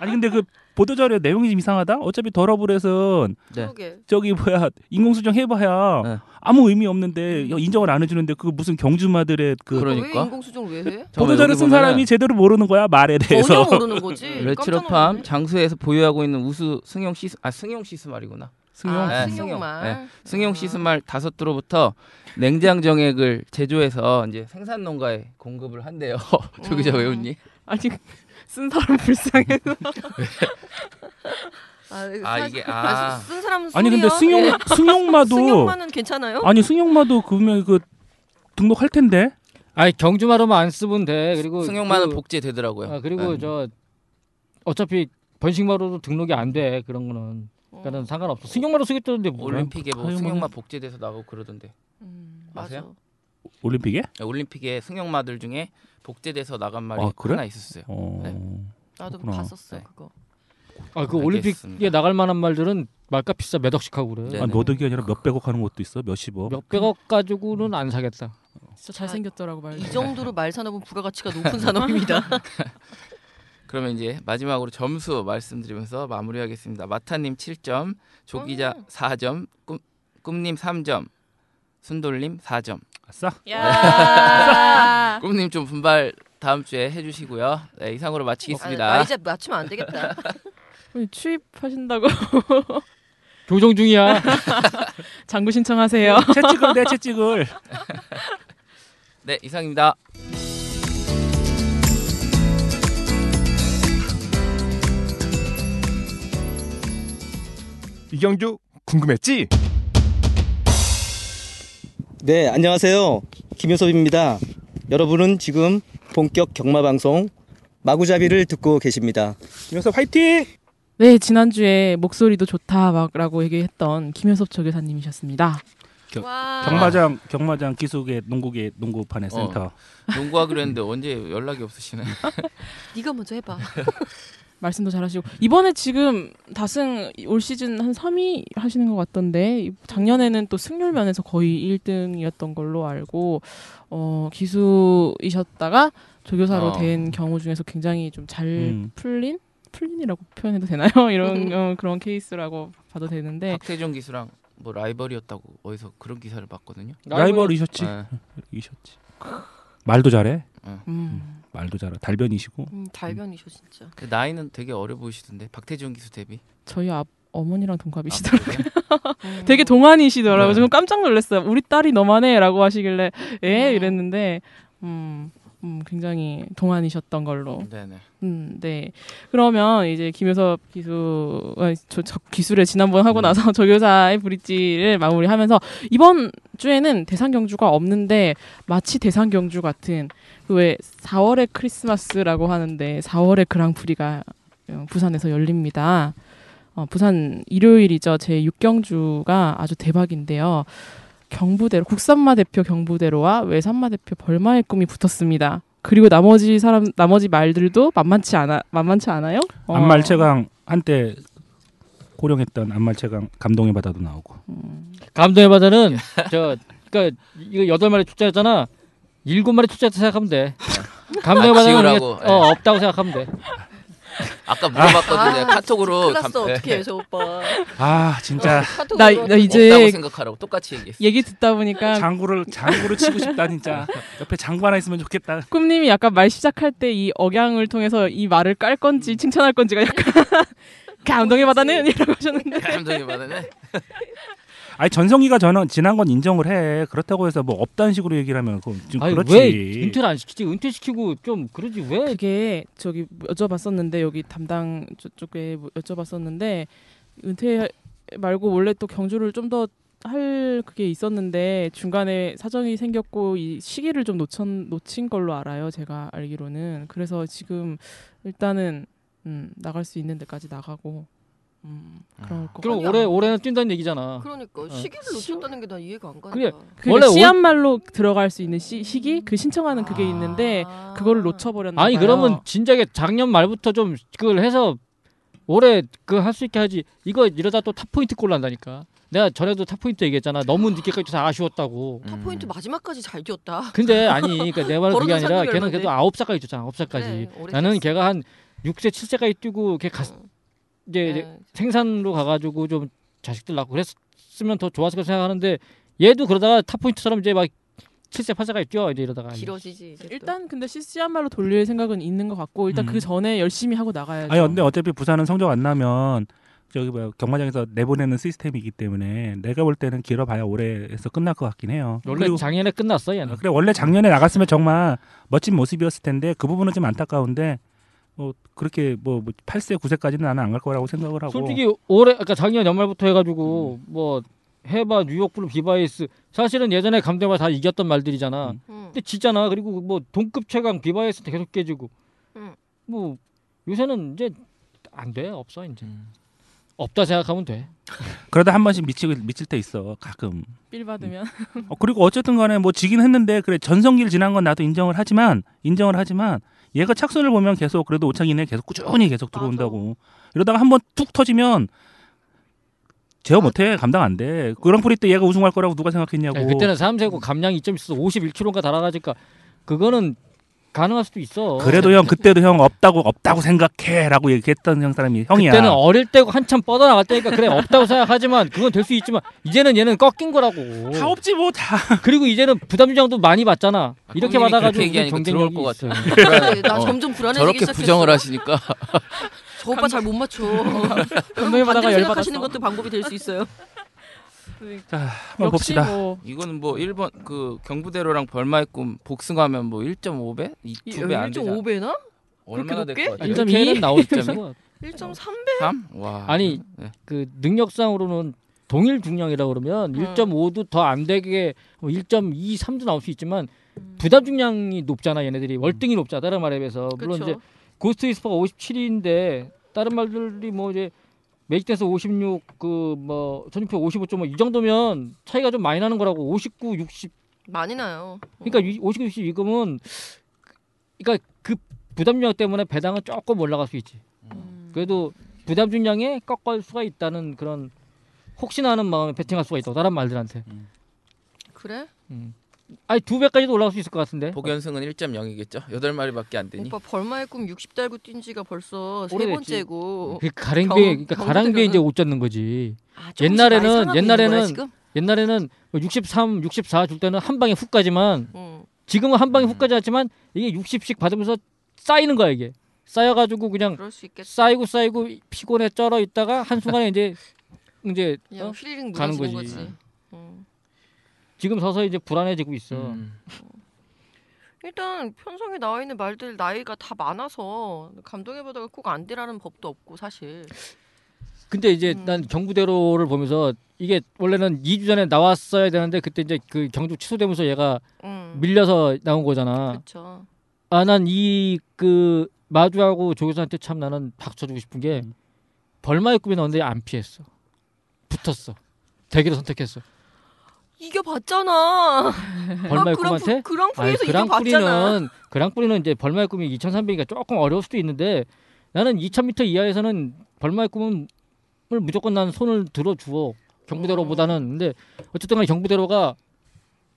Speaker 4: 아니 근데 그 보도 자료 내용이 좀 이상하다. 어차피 더러블에선
Speaker 3: 네.
Speaker 6: 그러게.
Speaker 4: 저기 뭐야 인공수정 해봐야
Speaker 3: 네.
Speaker 4: 아무 의미 없는데 인정을 안 해주는데 그 무슨 경주마들의 그
Speaker 3: 그러-
Speaker 6: 왜
Speaker 3: 그러니까.
Speaker 6: 그렇죠. 인공수정 왜 해?
Speaker 4: 보도 자료 쓴 사람이 제대로 모르는 거야 말에
Speaker 6: 전혀
Speaker 4: 대해서.
Speaker 6: 모르는 거지. 깜짝
Speaker 3: 레츠런팜
Speaker 6: 놀랐네.
Speaker 3: 장수에서 보유하고 있는 우수 승용 시스 아 승용 시스 말이구나.
Speaker 4: 승용.
Speaker 6: 아,
Speaker 3: 네,
Speaker 6: 승용
Speaker 3: 승용.
Speaker 6: 말.
Speaker 5: 아.
Speaker 3: 승용 시스 말 다섯 두로부터 냉장 정액을 제조해서 이제 생산 농가에 공급을 한대요. 조
Speaker 5: 음.
Speaker 3: 기자 왜 웃니?
Speaker 2: 아니 쓴 사람 불쌍해서.
Speaker 6: 아,
Speaker 3: 아,
Speaker 6: 사-
Speaker 3: 이게- 아.
Speaker 6: 쓴 사람 소리야.
Speaker 4: 아니 근데 승용
Speaker 6: 네.
Speaker 4: 예. 승용마도
Speaker 6: 승용만은 괜찮아요?
Speaker 4: 아니 승용마도 그러면 그 등록할 텐데
Speaker 5: 아니 경주마로만 안 쓰면 돼. 그리고
Speaker 3: 승용만은
Speaker 5: 그-
Speaker 3: 복제되더라고요.
Speaker 5: 아, 그리고
Speaker 3: 네.
Speaker 5: 저 어차피 번식마로도 등록이 안 돼 그런 거는 그러니까는 상관없어. 승용마로 쓰겠다는데 뭐
Speaker 3: 올림픽에 뭐
Speaker 4: 아유,
Speaker 3: 승용마 복제돼서 나오고 그러던데.
Speaker 6: 음,
Speaker 3: 아세요?
Speaker 6: 맞아.
Speaker 4: 올림픽에?
Speaker 3: 올림픽에 승용마들 중에 복제돼서 나간 말이
Speaker 4: 아, 그래?
Speaker 3: 하나 있었어요.
Speaker 4: 어.
Speaker 6: 나도
Speaker 4: 그렇구나.
Speaker 6: 봤었어
Speaker 3: 네.
Speaker 6: 그거.
Speaker 5: 아 그
Speaker 3: 알겠습니다.
Speaker 5: 올림픽에 나갈 만한 말들은 말값 비싸 몇 억씩 하고 그래.
Speaker 3: 네.
Speaker 4: 아니 몇억이 아니라 몇백억 하는 것도 있어 몇십억.
Speaker 5: 몇백억 가지고는 안 사겠다.
Speaker 2: 진짜 잘생겼더라고 말.
Speaker 6: 이 정도로 말 산업은 부가가치가 높은 산업입니다.
Speaker 3: 그러면 이제 마지막으로 점수 말씀드리면서 마무리하겠습니다. 마타님 7점, 조기자
Speaker 2: 음.
Speaker 3: 4점, 꿈, 꿈님 3점, 순돌님 4점.
Speaker 4: 아싸.
Speaker 2: 아.
Speaker 6: 야.
Speaker 3: 꿈님 좀 분발 다음 주에 해주시고요. 네, 이상으로
Speaker 2: 어,
Speaker 6: 아, 나
Speaker 3: 마치겠습니다.
Speaker 6: 이제 맞추면 안 되겠다.
Speaker 2: 취입하신다고
Speaker 5: 조정 중이야.
Speaker 2: 장구 신청하세요.
Speaker 4: 채찍을 내 채찍을.
Speaker 3: 네, 이상입니다.
Speaker 1: 이경주 궁금했지?
Speaker 7: 네, 안녕하세요. 김효섭입니다. 여러분은 지금 본격 경마 방송 마구잡이를 듣고 계십니다.
Speaker 4: 김영서 화이팅.
Speaker 2: 네 지난주에 목소리도 좋다 막라고 얘기했던 김효섭 조교사님이셨습니다.
Speaker 6: 와.
Speaker 4: 경마장 경마장 기숙의 농구계 농구판의 센터.
Speaker 3: 농구하기로 했는데 언제 연락이 없으시나요?
Speaker 6: 네가 먼저 해봐.
Speaker 2: 말씀도 잘하시고 이번에 지금 다승 올 시즌 한 3위 하시는 것 같던데 작년에는 또 승률 면에서 거의 1등이었던 걸로 알고 어, 기수이셨다가 조교사로
Speaker 3: 어.
Speaker 2: 된 경우 중에서 굉장히 좀 잘
Speaker 4: 음.
Speaker 2: 풀린 풀린이라고 표현해도 되나요? 이런 어, 그런 케이스라고 봐도 되는데
Speaker 3: 박태종 기수랑 뭐 라이벌이었다고 어디서 그런 기사를 봤거든요.
Speaker 4: 라이벌이셨지.
Speaker 3: 네.
Speaker 4: 이셨지. 말도 잘해.
Speaker 2: 음.
Speaker 4: 말도 잘해. 달변이시고.
Speaker 6: 음, 달변이셔 진짜.
Speaker 3: 그 나이는 되게 어려 보이시던데 박태종 기수 대비.
Speaker 2: 저희 앞 어머니랑 동갑이시더라고요.
Speaker 3: 아,
Speaker 6: 음.
Speaker 2: 되게 동안이시더라고요.
Speaker 3: 네.
Speaker 2: 저는 깜짝 놀랐어요. 우리 딸이 너만해라고 하시길래 예 이랬는데 음, 음 굉장히 동안이셨던 걸로.
Speaker 3: 네네.
Speaker 2: 음, 네. 그러면 이제 김효섭 기수 아니, 저, 저 기술에 지난번 하고 나서 조교사의 브릿지를 마무리하면서 이번 주에는 대상 경주가 없는데 마치 대상 경주 같은 그왜 4월의 크리스마스라고 하는데 4월의 그랑프리가 어, 부산에서 열립니다. 어, 부산 일요일이죠. 제 6경주가 아주 대박인데요. 경부대로 국산마 대표 경부대로와 외산마 대표 벌마의 꿈이 붙었습니다. 그리고 나머지 사람 나머지 말들도 만만치 않아 만만치 않아요? 어.
Speaker 4: 안말 최강 한때 호령했던 안말체강 감동의 바다도 나오고
Speaker 5: 감동의 바다는 저 그러니까 이거 여덟 마리 출자했잖아. 일곱 마리 출자했다 생각하면 돼. 감동의
Speaker 3: 아,
Speaker 5: 바다는
Speaker 3: 지우라고,
Speaker 5: 그냥, 어, 없다고 생각하면 돼.
Speaker 3: 아까 물어봤거든요.
Speaker 6: 아,
Speaker 3: 네, 카톡으로
Speaker 6: 큰일 났어
Speaker 3: 감- 네.
Speaker 6: 어떻게 해저 오빠
Speaker 4: 아 진짜
Speaker 6: 카톡
Speaker 2: 나,
Speaker 6: 올라왔어.
Speaker 2: 나
Speaker 3: 없다고
Speaker 2: 이제
Speaker 3: 생각하라고 똑같이 얘기했어.
Speaker 2: 얘기 듣다 보니까
Speaker 4: 장구를 장구를 치고 싶다 진짜 옆에 장구 하나 있으면 좋겠다.
Speaker 2: 꿈님이 약간 말 시작할 때 이 억양을 통해서 이 말을 깔 건지 칭찬할 건지가 약간 그 감동의 바다는 이라고 하셨는데
Speaker 3: 감동이 많네.
Speaker 4: 아니 전성기가 저는 지난 건 인정을 해. 그렇다고 해서 뭐 없다는 식으로 얘기를 하면 그건 좀
Speaker 5: 아니
Speaker 4: 그렇지.
Speaker 5: 왜 은퇴를 안 시키지? 은퇴시키고 좀 그러지 왜?
Speaker 2: 그게 저기 여쭤봤었는데 여기 담당 쪽에 뭐 여쭤봤었는데 은퇴 말고 원래 또 경주를 좀 더 할 그게 있었는데 중간에 사정이 생겼고 이 시기를 좀 놓친 놓친 걸로 알아요 제가 알기로는 그래서 지금 일단은 음, 나갈 수 있는 데까지 나가고 음, 그럴 것
Speaker 5: 그럼
Speaker 6: 아니야.
Speaker 5: 올해 올해는 뛴다는 얘기잖아.
Speaker 6: 그러니까
Speaker 5: 어.
Speaker 6: 시기를 놓쳤다는 게 난 이해가 안 가니까
Speaker 5: 그래,
Speaker 2: 그
Speaker 5: 원래
Speaker 2: 씨앗말로 들어갈 수 있는 시, 시기 그 신청하는
Speaker 6: 아.
Speaker 2: 그게 있는데 그거를 놓쳐버렸나
Speaker 5: 아니
Speaker 2: 봐요.
Speaker 5: 그러면 진작에 작년 말부터 좀 그걸 해서 올해 그 할 수 있게 하지. 이거 이러다 또 탑포인트 꼴 난다니까. 내가 전에도 탑포인트 얘기했잖아. 너무 늦게까지 해서 아쉬웠다고.
Speaker 6: 탑 포인트 마지막까지 잘 뛰었다
Speaker 5: 근데 아니 그러니까 내 말은 그게
Speaker 6: 벌어둔
Speaker 5: 아니라
Speaker 6: 상금이
Speaker 5: 걔는
Speaker 6: 얼마인데?
Speaker 5: 그래도 아홉 살까지 뛰었잖아. 아홉 살까지.
Speaker 6: 그래, 오래
Speaker 5: 나는
Speaker 6: 뛰었어.
Speaker 5: 걔가 한 6세 7세까지 뛰고 걔 갔, 이제 이제
Speaker 6: 어. 네.
Speaker 5: 생산로 가가지고 좀 자식들 낳고 그랬으면 더 좋았을 거 생각하는데 얘도 그러다가 탑포인트처럼 이제 막 7세 8세까지 뛰어 이제 이러다가
Speaker 6: 길어지지 이제 또.
Speaker 2: 일단 근데 시- 씨앗말로 돌릴 생각은 있는 것 같고 일단
Speaker 4: 음.
Speaker 2: 그 전에 열심히 하고 나가야죠.
Speaker 4: 아니 근데 어차피 부산은 성적 안 나면 저기 뭐야 경마장에서 내보내는 시스템이기 때문에 내가 볼 때는 길어봐야 올해에서 끝날 것 같긴 해요. 그리고-
Speaker 5: 원래 그러니까 작년에 끝났어 얘는
Speaker 4: 아, 그래 원래 작년에 나갔으면 정말 멋진 모습이었을 텐데 그 부분은 좀 안타까운데 뭐 그렇게 뭐 8세 9세까지는 나는 안 갈 거라고 생각을 하고 음.
Speaker 5: 솔직히 올해 아까 작년 연말부터 해가지고 뭐 해봐 뉴욕블루 비바이스 사실은 예전에 감대마 다 이겼던 말들이잖아
Speaker 4: 음.
Speaker 6: 음.
Speaker 5: 근데 지잖아 그리고 뭐 동급 최강 비바이스 계속 깨지고
Speaker 6: 음.
Speaker 5: 뭐 요새는 이제 안 돼 없어 이제
Speaker 3: 음.
Speaker 5: 없다 생각하면 돼
Speaker 4: 그러다 한 번씩 미치고 미칠 때 있어 가끔.
Speaker 2: 빌 받으면
Speaker 4: 어, 그리고 어쨌든 간에 뭐 지긴 했는데 그래 전성기를 지난 건 나도 인정을 하지만 인정을 하지만 얘가 착순을 보면 계속 그래도 오창이네 계속 꾸준히 계속 들어온다고 이러다가 한 번 툭 터지면 제어 못해 감당 안돼 그랑프리 때 얘가 우승할 거라고 누가 생각했냐고
Speaker 5: 아니, 네, 그때는 삼세고 감량 2.있어서 51kg가 달아가니까 그거는 가능할 수도 있어
Speaker 4: 그래도 형 그때도 형 없다고 없다고 생각해라고 얘기했던 형 사람이 형이야
Speaker 5: 때는 어릴 때고 한참 뻗어나갈 때니까 그래 없다고 생각하지만 그건 될 수 있지만 이제는 얘는 꺾인 거라고
Speaker 4: 다 없지 뭐다
Speaker 5: 그리고 이제는 부담 주장도 많이 받잖아.
Speaker 3: 아,
Speaker 5: 이렇게
Speaker 3: 형님이
Speaker 5: 받아가지고
Speaker 3: 그렇게
Speaker 5: 우리
Speaker 3: 얘기하니까
Speaker 5: 경쟁력이
Speaker 3: 들어올 것
Speaker 5: 있어요.
Speaker 6: 그래, 나
Speaker 3: 어.
Speaker 6: 점점 불안해지기
Speaker 3: 저렇게
Speaker 6: 시작했어
Speaker 3: 부정을 하시니까
Speaker 6: 저 오빠 잘 못 맞춰
Speaker 2: 감동의 바다가 열받았어.
Speaker 6: 반대로 생각하시는 것도 방법이 될 수 있어요
Speaker 4: 한번 봅시다
Speaker 2: 뭐
Speaker 3: 이거는 뭐 일본 그 경부대로랑 벌마의 꿈 복숭아면 뭐 1.5배, 2배 안 되잖아.
Speaker 6: 1.5배나?
Speaker 3: 얼마나
Speaker 6: 그렇게
Speaker 3: 될 것 같아?
Speaker 5: 아,
Speaker 2: 높게? 1.2?
Speaker 5: 이렇게는 나오죠.
Speaker 6: 1.3배?
Speaker 3: 3? 와.
Speaker 5: 아니,
Speaker 3: 네.
Speaker 5: 그 능력상으로는 동일 중량이라 그러면
Speaker 6: 음.
Speaker 5: 1.5도 더 안 되게 뭐 1.2, 3도 나올 수 있지만
Speaker 6: 음.
Speaker 5: 부담 중량이 높잖아 얘네들이 월등히 높잖아 다른 말에 비해서 어, 물론 이제
Speaker 6: 그렇죠
Speaker 5: 고스트 위스퍼가 57인데 다른 말들이 뭐 이제 매직댄스 56그뭐 전유표 55.5 이 정도면 차이가 좀 많이 나는 거라고 59, 60
Speaker 6: 많이 나요
Speaker 5: 그러니까 59, 60 이금은 그러니까 그 부담량 때문에 배당은 조금 올라갈 수 있지.
Speaker 6: 음.
Speaker 5: 그래도 부담 중량에 꺾을 수가 있다는 그런 혹시나 하는 마음에 베팅할 수가 있다고 다른 말들한테.
Speaker 6: 그래?
Speaker 5: 음. 아니 두 배까지도 올라갈 수 있을 것 같은데.
Speaker 3: 복연승은 1.0이겠죠. 8마리밖에 안 되니.
Speaker 6: 오빠 벌마의 꿈 60달고 뛴 지가 벌써 세
Speaker 5: 오래됐지.
Speaker 6: 번째고
Speaker 5: 그 가랭비
Speaker 6: 경-
Speaker 5: 그러니까
Speaker 6: 경제적으로는-
Speaker 5: 가랑비에 이제 옷 잡는 거지.
Speaker 6: 아, 조금씩
Speaker 5: 옛날에는-
Speaker 6: 많이 상하고 있는 거야,
Speaker 5: 옛날에는-
Speaker 6: 지금?
Speaker 5: 옛날에는 뭐 63, 64 줄 때는 한 방에 훅까지만
Speaker 6: 응.
Speaker 5: 지금은 한 방에
Speaker 3: 음.
Speaker 5: 훅까지 하지만 이게 60씩 받으면서 쌓이는 거야 이게. 쌓여가지고 그냥
Speaker 6: 그럴 수 있겠어
Speaker 5: 쌓이고 쌓이고 피곤해 쩔어 있다가 한 순간에 이제 이제
Speaker 6: 그냥
Speaker 5: 어?
Speaker 6: 휘리릭
Speaker 5: 가는
Speaker 6: 무너지는
Speaker 5: 거지.
Speaker 6: 거지, 음.
Speaker 5: 지금 서서히 이제 불안해지고 있어.
Speaker 3: 음.
Speaker 6: 일단 편성에 나와 있는 말들 나이가 다 많아서 감동의 바다가 꼭 안 되라는 법도 없고 사실
Speaker 5: 근데 이제
Speaker 6: 음.
Speaker 5: 난 경부대로를 보면서 이게 원래는 2주 전에 나왔어야 되는데 그때 이제 그 경주 취소되면서 얘가
Speaker 6: 음.
Speaker 5: 밀려서 나온 거잖아.
Speaker 6: 그렇죠
Speaker 5: 아 난 이 그 마주하고 조교수한테 참 나는 박수 쳐주고 싶은 게 벌마의 꿈이 나왔는데 안 피했어. 붙었어. 대기를 선택했어.
Speaker 6: 이겨봤잖아
Speaker 5: 벌마의
Speaker 6: 아,
Speaker 5: 꿈한테
Speaker 6: 그랑프, 그랑프리에서
Speaker 5: 아니,
Speaker 6: 이겨봤잖아
Speaker 5: 그랑프리는 그랑프리는 이제 벌마의 꿈이 2,300이니까 조금 어려울 수도 있는데 나는 2,000m 이하에서는 벌마의 꿈은 무조건 난 손을 들어주어 경부대로보다는 근데 어쨌든 간에 경부대로가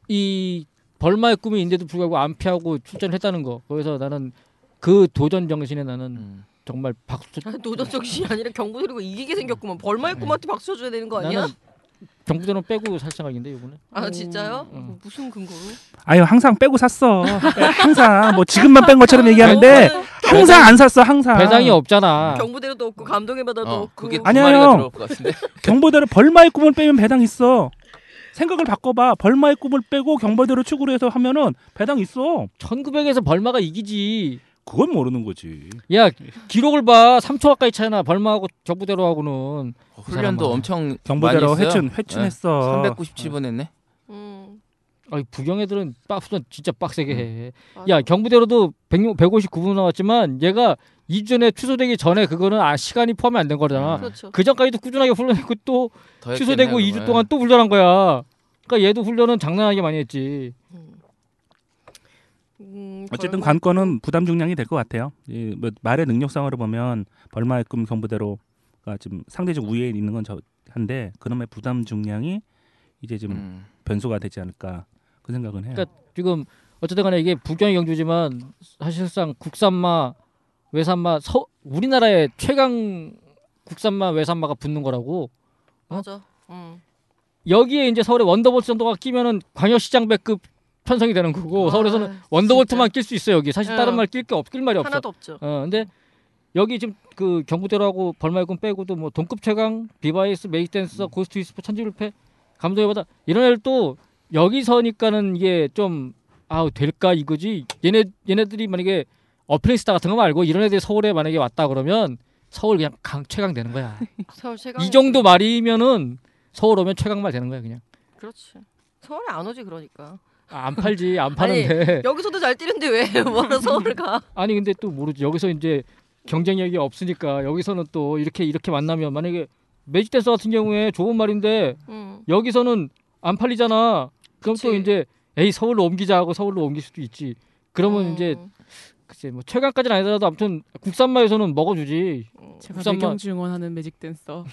Speaker 5: 이 벌마의 꿈이 있는데도 불구하고 안 피하고 출전했다는 거 거기서 나는 그 도전 정신에 나는
Speaker 3: 음.
Speaker 5: 정말 박수 쳐-
Speaker 6: 노전 정신이 아니라 경부 들고 이기게 생겼구만 벌마의 꿈한테 박수 쳐줘야 되는 거 아니야?
Speaker 5: 네. 나는 경부대로 빼고 살 생각인데 이거는
Speaker 6: 아 진짜요?
Speaker 5: 음.
Speaker 6: 무슨 근거로?
Speaker 4: 아유 항상 빼고 샀어. 항상 뭐 지금만 뺀
Speaker 6: 아,
Speaker 4: 것처럼 얘기하는데
Speaker 6: 저는
Speaker 4: 항상 안 샀어 항상.
Speaker 5: 배당이 없잖아.
Speaker 6: 경부대로도 없고 감동의 바다도
Speaker 3: 어,
Speaker 6: 없고 음.
Speaker 3: 그게 두
Speaker 4: 아니에요.
Speaker 3: 마리가 들어올 것 같은데.
Speaker 4: 경보대로 벌마의 꿈을 빼면 배당 있어. 생각을 바꿔봐. 벌마의 꿈을 빼고 경보대로 축으로 해서 하면은 배당 있어.
Speaker 5: 1900에서 벌마가 이기지.
Speaker 4: 그건 모르는 거지.
Speaker 5: 야 기록을 봐 3초 가까이 차이나 벌마하고 경부대로하고는
Speaker 3: 훈련도
Speaker 5: 사람은.
Speaker 3: 어, 그 엄청
Speaker 4: 경보대로
Speaker 3: 많이 했어요. 네.
Speaker 4: 회춘 회춘했어.
Speaker 3: 397번 했네.
Speaker 6: 음,
Speaker 5: 아이 부경 애들은 빡수는 진짜 빡세게 해.
Speaker 3: 음.
Speaker 6: 맞아.
Speaker 5: 야 경부대로도 1 159분 나왔지만 얘가 2주 전에 취소되기 전에 그거는 아 시간이 포함이 안 된 거잖아.
Speaker 6: 그렇죠.
Speaker 5: 그 전까지도 꾸준하게 훈련했고 또
Speaker 3: 더 했겠네,
Speaker 5: 취소되고 2주
Speaker 3: 음. 그거는.
Speaker 5: 동안 또 훈련한 거야. 그러니까 얘도 훈련은 장난하게 많이 했지.
Speaker 6: 음,
Speaker 4: 어쨌든
Speaker 6: 벌마-
Speaker 4: 관건은 부담 중량이 될 것 같아요. 이, 뭐 말의 능력상으로 보면 벌마의 꿈 경부대로가 지금 상대적 우위에 있는 건 저, 한데 그놈의 부담 중량이 이제 좀
Speaker 3: 음.
Speaker 4: 변수가 되지 않을까 그 생각은 해요.
Speaker 5: 그러니까 지금 어쨌든 간에 이게 북경의 경주지만 사실상 국산마 외산마 서, 우리나라의 최강 국산마 외산마가 붙는 거라고
Speaker 4: 어?
Speaker 6: 맞아. 음.
Speaker 5: 여기에 이제 서울의 원더볼트 정도가 끼면은 광역시장배급 편성이 되는 거고
Speaker 6: 아,
Speaker 5: 서울에서는 원더볼트만 낄 수 있어 여기 사실
Speaker 6: 어.
Speaker 5: 다른 말 낄 게 없 낄 말이 없어
Speaker 6: 하나도 없죠.
Speaker 5: 어 근데 여기 지금 그 경부대로하고 벌말군 빼고도 뭐 동급 최강 비바이스 메이댄스
Speaker 6: 음.
Speaker 5: 고스트 위스프 천지불패 감독이 보다 이런 애들 또 여기서니까는 이게 좀 아우 될까 이거지 얘네 얘네들이 만약에 어플레이스타 같은 거 말고 이런 애들이 서울에 만약에 왔다 그러면 서울 그냥 강 최강 되는 거야
Speaker 6: 서울 최강.
Speaker 5: 이 정도 말이면은 서울 오면 최강 말 되는 거야 그냥
Speaker 6: 그렇지. 서울에 안 오지 그러니까.
Speaker 5: 아, 안 팔지 안 파는데
Speaker 6: 여기서도 잘 뛰는데 왜 뭐라 서울을 가?
Speaker 5: 아니 근데 또 모르지 여기서 이제 경쟁력이 없으니까 여기서는 또 이렇게 이렇게 만나면 만약에 매직 댄서 같은 경우에 좋은 말인데
Speaker 6: 음.
Speaker 5: 여기서는 안 팔리잖아 그럼 또
Speaker 6: 그치.
Speaker 5: 이제 에이 서울로 옮기자 하고 서울로 옮길 수도 있지 그러면
Speaker 2: 어.
Speaker 6: 음.
Speaker 5: 이제 글쎄 뭐 최강까지는 아니더라도 아무튼 국산마에서는 먹어주지
Speaker 2: 제가
Speaker 5: 국산만-
Speaker 2: 매경주 응원하는 매직 댄서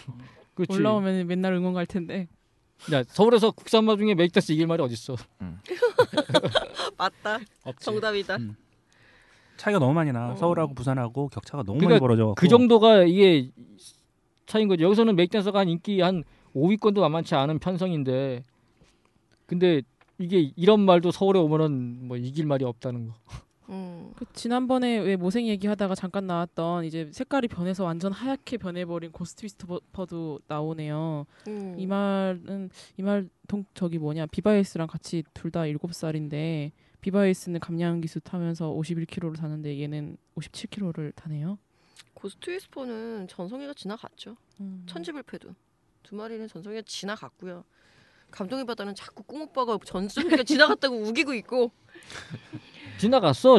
Speaker 5: 그렇지
Speaker 2: 올라오면 맨날 응원 갈 텐데
Speaker 5: 야 서울에서 국산마 중에 매직 댄스 이길 말이 어딨어
Speaker 6: 맞다.
Speaker 5: 없지
Speaker 6: 정답이다.
Speaker 4: 차이가 너무 많이 나.
Speaker 6: 어.
Speaker 4: 서울하고 부산하고 격차가 너무
Speaker 5: 그러니까
Speaker 4: 많이 벌어져.
Speaker 5: 그 정도가 이게 차인 거죠. 여기서는 맥댄서가 한 인기 한 5위권도 만만치 않은 편성인데, 근데 이게 이런 말도 서울에 오면은 뭐 이길 말이 없다는 거.
Speaker 6: 음.
Speaker 2: 그 지난번에 왜 모생 얘기하다가 잠깐 나왔던 이제 색깔이 변해서 완전 하얗게 변해버린 고스트위스터도 나오네요.
Speaker 6: 음.
Speaker 2: 이 말은 이 말 동 저기 뭐냐 비바이스랑 같이 둘 다 일곱 살인데 비바이스는 감량 기수 타면서 51kg를 타는데 얘는 57kg를 타네요.
Speaker 6: 고스트 위스퍼는 전성희가 지나갔죠.
Speaker 2: 음.
Speaker 6: 천지불패도 두 마리는 전성희가 지나갔고요. 감동의 바다는 자꾸 꿍 오빠가 전성희가 지나갔다고 우기고 있고
Speaker 5: 지나갔어,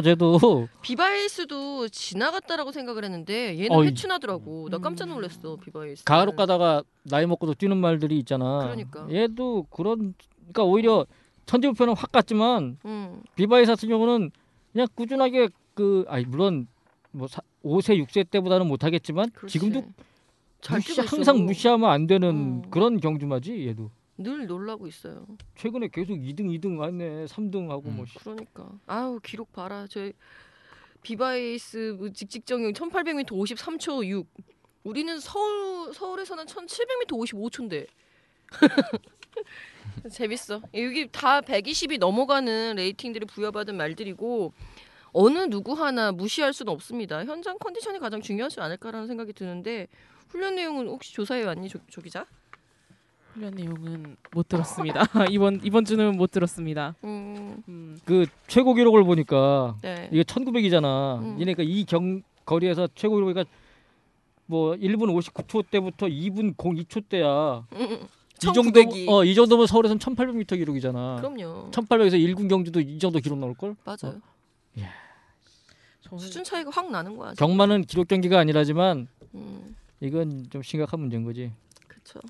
Speaker 5: 쟤도.
Speaker 6: 비바이스도 지나갔다라고 생각을 했는데 얘는
Speaker 5: 어이. 음.
Speaker 6: 회춘하더라고. 나 깜짝 놀랐어 비바이스.
Speaker 5: 가로 가다가 나이 먹고도 뛰는 말들이 있잖아.
Speaker 6: 음. 그러니까.
Speaker 5: 얘도 그런, 그러니까 오히려 천지부표는 확 갔지만
Speaker 6: 음.
Speaker 5: 비바이스 같은 경우는 그냥 꾸준하게 그, 아니 물론 뭐 사, 5세, 6세 때보다는 못하겠지만
Speaker 6: 그렇지.
Speaker 5: 지금도
Speaker 6: 잘
Speaker 5: 무시-
Speaker 6: 뛰고 있어.
Speaker 5: 항상 무시하면 안 되는
Speaker 6: 음.
Speaker 5: 그런 경주마지 얘도
Speaker 6: 늘 놀라고 있어요.
Speaker 5: 최근에 계속 2등 2등 하네 3등 하고 뭐
Speaker 3: 음.
Speaker 5: 씨.
Speaker 6: 그러니까 아우 기록 봐라. 저 비바이스 뭐 직직정형 1800m 53초 6. 우리는 서울 서울에서는 1700m 55초인데. 재밌어. 여기 다 120이 넘어가는 레이팅들을 부여받은 말들이고 어느 누구 하나 무시할 수는 없습니다. 현장 컨디션이 가장 중요하지 않을까라는 생각이 드는데 훈련 내용은 혹시 조사해 왔니 조, 조 기자?
Speaker 2: 훈련 내용은 못 들었습니다. 이번 이번 주는 못 들었습니다.
Speaker 6: 음,
Speaker 2: 음.
Speaker 5: 그 최고 기록을 보니까
Speaker 6: 네.
Speaker 5: 이게 1900이잖아
Speaker 6: 음.
Speaker 5: 그러니까 이 경 거리에서 최고 기록이가 그러니까 뭐 1분 59초 때부터 2분 02초 때야
Speaker 6: 음, 음.
Speaker 5: 이
Speaker 6: 처음
Speaker 5: 정도
Speaker 6: 구경이.
Speaker 5: 어이 정도면 서울에선 1800m 기록이잖아
Speaker 6: 그럼요.
Speaker 5: 1800에서 1군 경주도 이 정도 기록 나올 걸
Speaker 6: 맞아요.
Speaker 2: 저는
Speaker 6: 수준 차이가 확 나는 거야. 지금.
Speaker 5: 어. 경마는 기록 경기가 아니라지만
Speaker 6: 음.
Speaker 5: 이건 좀 심각한 문제인 거지
Speaker 6: 그렇죠.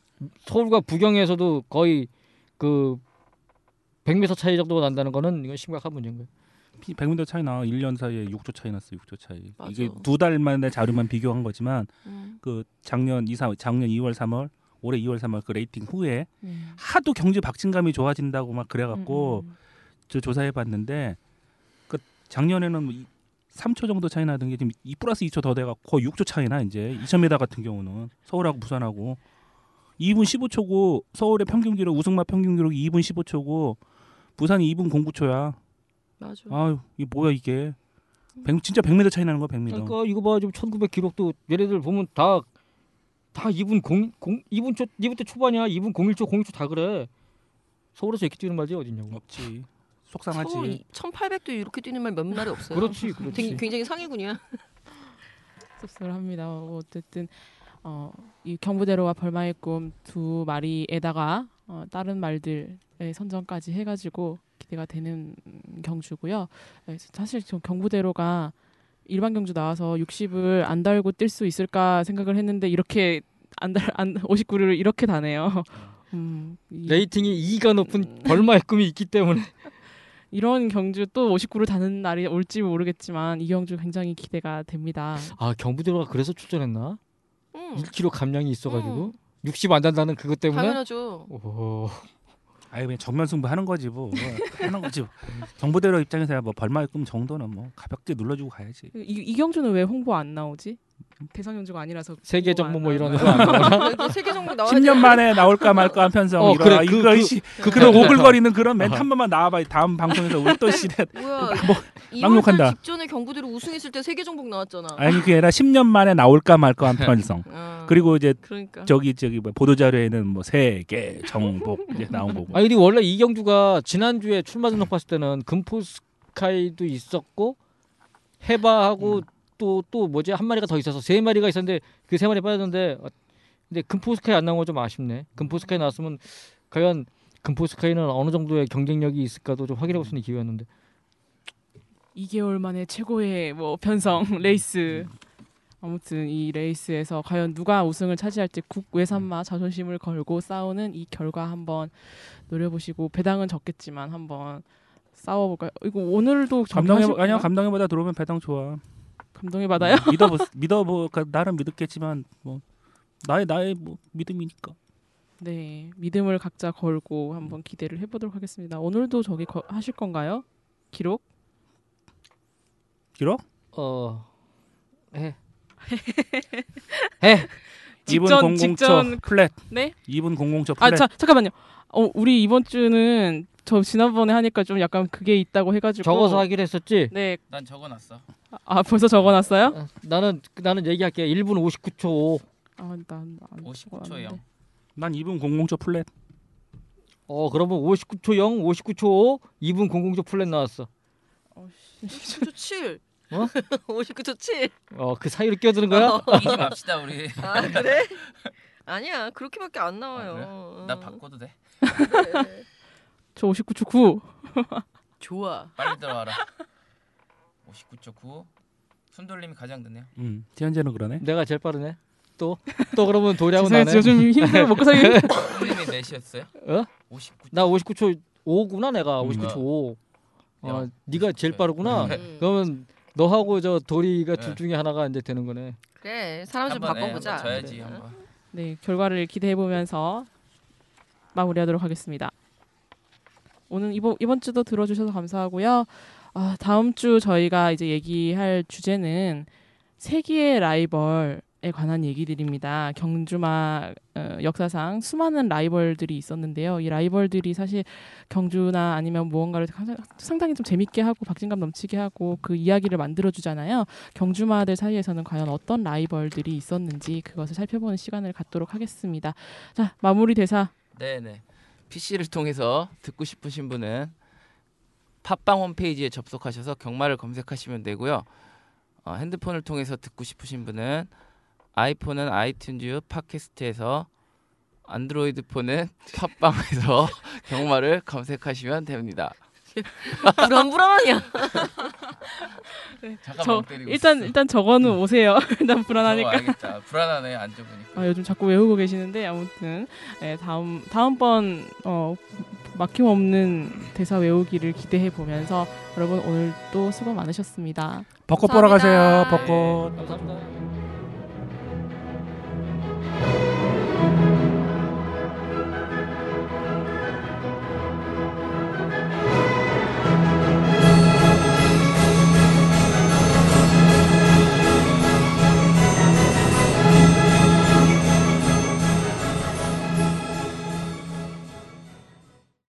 Speaker 5: 서울과 부경에서도 거의 그 100m 차이 정도가 난다는 거는 이건 심각한 문제인 거예요.
Speaker 4: 피- 백미터 차이 나 1년 사이에 6조 차이 났어 6조 차이
Speaker 6: 맞아.
Speaker 4: 이게 두 달 만에 자료만 비교한 거지만
Speaker 6: 음.
Speaker 4: 그 작년 2, 3, 작년 2월 3월 올해 2월 3월 그 레이팅 후에
Speaker 2: 음.
Speaker 4: 하도 경제 박진감이 좋아진다고 막 그래갖고
Speaker 2: 음, 음,
Speaker 4: 저 조사해 봤는데 그 작년에는 이- 3초 정도 차이 나던 게 지금 2 플러스 2초 더 돼갖고 거의 6초 차이나 이제 2,000m 같은 경우는 서울하고 부산하고 2분 15초고 서울의 평균 기록 우승마 평균 기록이 2분 15초고 부산이 2분 09초야.
Speaker 6: 맞아.
Speaker 4: 아유 이게 뭐야 이게 백- 진짜 100m 차이 나는 거야 100m.
Speaker 5: 그러니까 이거 봐 지금 1900 기록도 얘네들 보면 다 다 2분 0, 0 2분 초 2분 때 초반이야 2분 01초 02초 다 그래 서울에서 이렇게 뛰는 말이 어딨냐고
Speaker 4: 없지.
Speaker 6: 서울
Speaker 4: 속상하지.
Speaker 6: 1800도 이렇게 뛰는 말 몇 날이 없어요.
Speaker 5: 그렇지
Speaker 6: 되게-
Speaker 5: 그렇지
Speaker 6: 굉장히 상위군이야.
Speaker 2: 씁쓸합니다. 어, 어쨌든 어, 이 경부대로와 벌마의 꿈 두 마리에다가 어, 다른 말들의 선정까지 해가지고 기대가 되는 경주고요. 예, 사실 저 경부대로가 일반 경주 나와서 60을 안 달고 뛸 수 있을까 생각을 했는데 이렇게 안달안 59를 이렇게 다네요. 음, 이-
Speaker 5: 네. 레이팅이 2가 높은 벌마의 꿈이 있기 때문에
Speaker 2: 이런 경주 또 59를 다는 날이 올지 모르겠지만 이 경주 굉장히 기대가 됩니다.
Speaker 5: 아 경부대로가 그래서 출전했나
Speaker 6: 음.
Speaker 5: 1kg 감량이 있어가지고
Speaker 6: 음.
Speaker 5: 60 안 단다는 그것 때문에
Speaker 6: 당연하죠.
Speaker 5: 오,
Speaker 4: 아유 그냥 정면 승부하는 거지 뭐 하는 거지. 정부대로 입장에서 뭐 벌마의 꿈 정도는 뭐 가볍게 눌러주고 가야지.
Speaker 2: 이, 이 경주는 왜 홍보 안 나오지? 대상 경주가 아니라서
Speaker 5: 세계
Speaker 2: 홍보가
Speaker 5: 정보
Speaker 2: 안
Speaker 5: 뭐 이런
Speaker 2: 나와요.
Speaker 5: 거 안 나와.
Speaker 6: 이거 그 세계 정보 나와야
Speaker 4: 10년
Speaker 6: 되는데.
Speaker 4: 만에 나올까 말까 한 편성
Speaker 5: 어,
Speaker 4: 이런
Speaker 5: 그래, 그-
Speaker 4: 이거
Speaker 5: 그-
Speaker 4: 시-
Speaker 6: 네.
Speaker 5: 그-
Speaker 4: 그런
Speaker 5: 그-
Speaker 4: 오글거리는 그런 멘트
Speaker 5: 아하.
Speaker 4: 한 번만 나와봐 다음 방송에서 우리 또 시대
Speaker 6: 네. 뭐야?
Speaker 4: 막욕한다.
Speaker 6: 이월달 직전에 경부대로 우승했을 때 세계 정복 나왔잖아.
Speaker 4: 아니 그게 아니라 10년 만에 나올까 말까 한 편성
Speaker 6: 아,
Speaker 4: 그리고 이제
Speaker 6: 그러니까.
Speaker 4: 저기 저기 뭐 보도 자료에는 뭐 세계 정복 이제 나온 거고
Speaker 5: 뭐. 아니 근데 원래 이경주가 지난주에 출마 등록 봤을 때는 금포스카이도 있었고
Speaker 2: 음.
Speaker 5: 해바하고 또 또 뭐지 한 마리가 더 있어서 세 마리가 있었는데 그 세 마리 빠졌는데 어, 근데 금포스카이 안 나온 건 좀 아쉽네. 금포스카이 나왔으면 과연 금포스카이는 어느 정도의 경쟁력이 있을까도 좀 확인해 볼 수 있는 기회였는데
Speaker 2: 2개월 만에 최고의 뭐 편성
Speaker 5: 음.
Speaker 2: 레이스. 아무튼 이 레이스에서 과연 누가 우승을 차지할지 국외산마 자존심을 걸고 싸우는 이 결과 한번 노려보시고 배당은 적겠지만 한번 싸워볼까요? 이거 오늘도
Speaker 4: 감당해
Speaker 2: 정리하실
Speaker 4: 아니야
Speaker 2: 건가요?
Speaker 4: 감당해보다 들어오면 배당 좋아
Speaker 2: 감동이 받아요.
Speaker 4: 믿어보 믿어보 그러니까 나름 믿었겠지만 뭐 나의 나의 뭐 믿음이니까
Speaker 2: 네 믿음을 각자 걸고 한번 기대를 해보도록 하겠습니다. 오늘도 저기 거, 하실 건가요? 기록?
Speaker 4: 길어
Speaker 5: 어 해.
Speaker 2: 직전,
Speaker 4: 2분 00초
Speaker 2: 직전.
Speaker 4: 플랫
Speaker 2: 네?
Speaker 4: 2분 00초
Speaker 2: 아
Speaker 4: 플랫
Speaker 2: 자, 잠깐만요. 어, 우리 이번 주는 저 지난번에 하니까 좀 약간 그게 있다고 해가지고
Speaker 5: 적어서 하기로 했었지.
Speaker 2: 네,
Speaker 3: 난 적어놨어.
Speaker 2: 아 벌써 적어놨어요?
Speaker 5: 어, 나는 나는 얘기할게. 1분 59초 5.
Speaker 2: 아, 난 안,
Speaker 3: 59초 영.
Speaker 4: 난 2분 00초 플랫
Speaker 5: 어 그러면 59초 0, 59초 5, 2분 00초 플랫 나왔어.
Speaker 6: 59초 7.
Speaker 5: 어?
Speaker 6: 59초 7.
Speaker 5: 어 그 사이로 끼어드는 거야?
Speaker 3: 이기 맙시다 우리.
Speaker 6: 아 그래? 아니야 그렇게밖에 안
Speaker 3: 아, 그래?
Speaker 6: 나와요.
Speaker 3: 나
Speaker 6: 어,
Speaker 3: 바꿔도 돼?
Speaker 6: 그래.
Speaker 2: 저 59초 9.
Speaker 6: 좋아.
Speaker 3: 빨리 들어와라. 59.9. 순돌림이 가장 늦네요.
Speaker 4: 음 현재는 그러네
Speaker 5: 내가 제일 빠르네. 또 또 그러면 도리하고
Speaker 2: 죄송해요.
Speaker 5: 나네.
Speaker 2: 요즘 힘들어 먹고 살기. 힘들어요.
Speaker 3: 순돌림이 4시였어요?
Speaker 5: 어?
Speaker 3: 59.
Speaker 5: 나 59초 5구나 내가
Speaker 3: 음.
Speaker 5: 59초 5. 어,
Speaker 3: 야,
Speaker 5: 네가 제일 빠르구나.
Speaker 6: 음.
Speaker 5: 그러면 너하고 저 도리가 둘
Speaker 3: 네.
Speaker 5: 중에 하나가 이제 되는 거네.
Speaker 6: 그래 사람 좀 바꿔보자.
Speaker 3: 예, 한번 져야지
Speaker 6: 그래.
Speaker 3: 한번.
Speaker 2: 네, 결과를 기대해 보면서 마무리하도록 하겠습니다. 오늘 이번 이번 주도 들어주셔서 감사하고요. 아, 다음 주 저희가 이제 얘기할 주제는 세기의 라이벌에 관한 얘기들입니다. 경주마 어, 역사상 수많은 라이벌들이 있었는데요. 이 라이벌들이 사실 경주나 아니면 무언가를 항상- 상당히 좀 재밌게 하고 박진감 넘치게 하고 그 이야기를 만들어 주잖아요. 경주마들 사이에서는 과연 어떤 라이벌들이 있었는지 그것을 살펴보는 시간을 갖도록 하겠습니다. 자, 마무리 대사.
Speaker 3: 네네. PC를 통해서 듣고 싶으신 분은 팟빵 홈페이지에 접속하셔서 경마를 검색하시면 되고요. 어, 핸드폰을 통해서 듣고 싶으신 분은 아이폰은 아이튠즈 팟캐스트에서 안드로이드 폰은 팟빵에서 경마를 검색하시면 됩니다.
Speaker 6: 불안불안하냐?
Speaker 3: 네, 잠깐만
Speaker 2: 저
Speaker 3: 엎드리고 네.
Speaker 2: 일단
Speaker 3: 있어.
Speaker 2: 일단 적어는 오세요. 일단 불안하니까.
Speaker 3: 어, 알겠다. 불안하네 안 적으니까.
Speaker 2: 아, 요즘 자꾸 외우고 계시는데 아무튼 예, 다음 다음번 네, 어, 막힘없는 대사 외우기를 기대해 보면서 여러분 오늘도 수고 많으셨습니다.
Speaker 4: 벚꽃 보러 가세요.
Speaker 6: 감사합니다.
Speaker 4: 벚꽃.
Speaker 5: 감사합니다.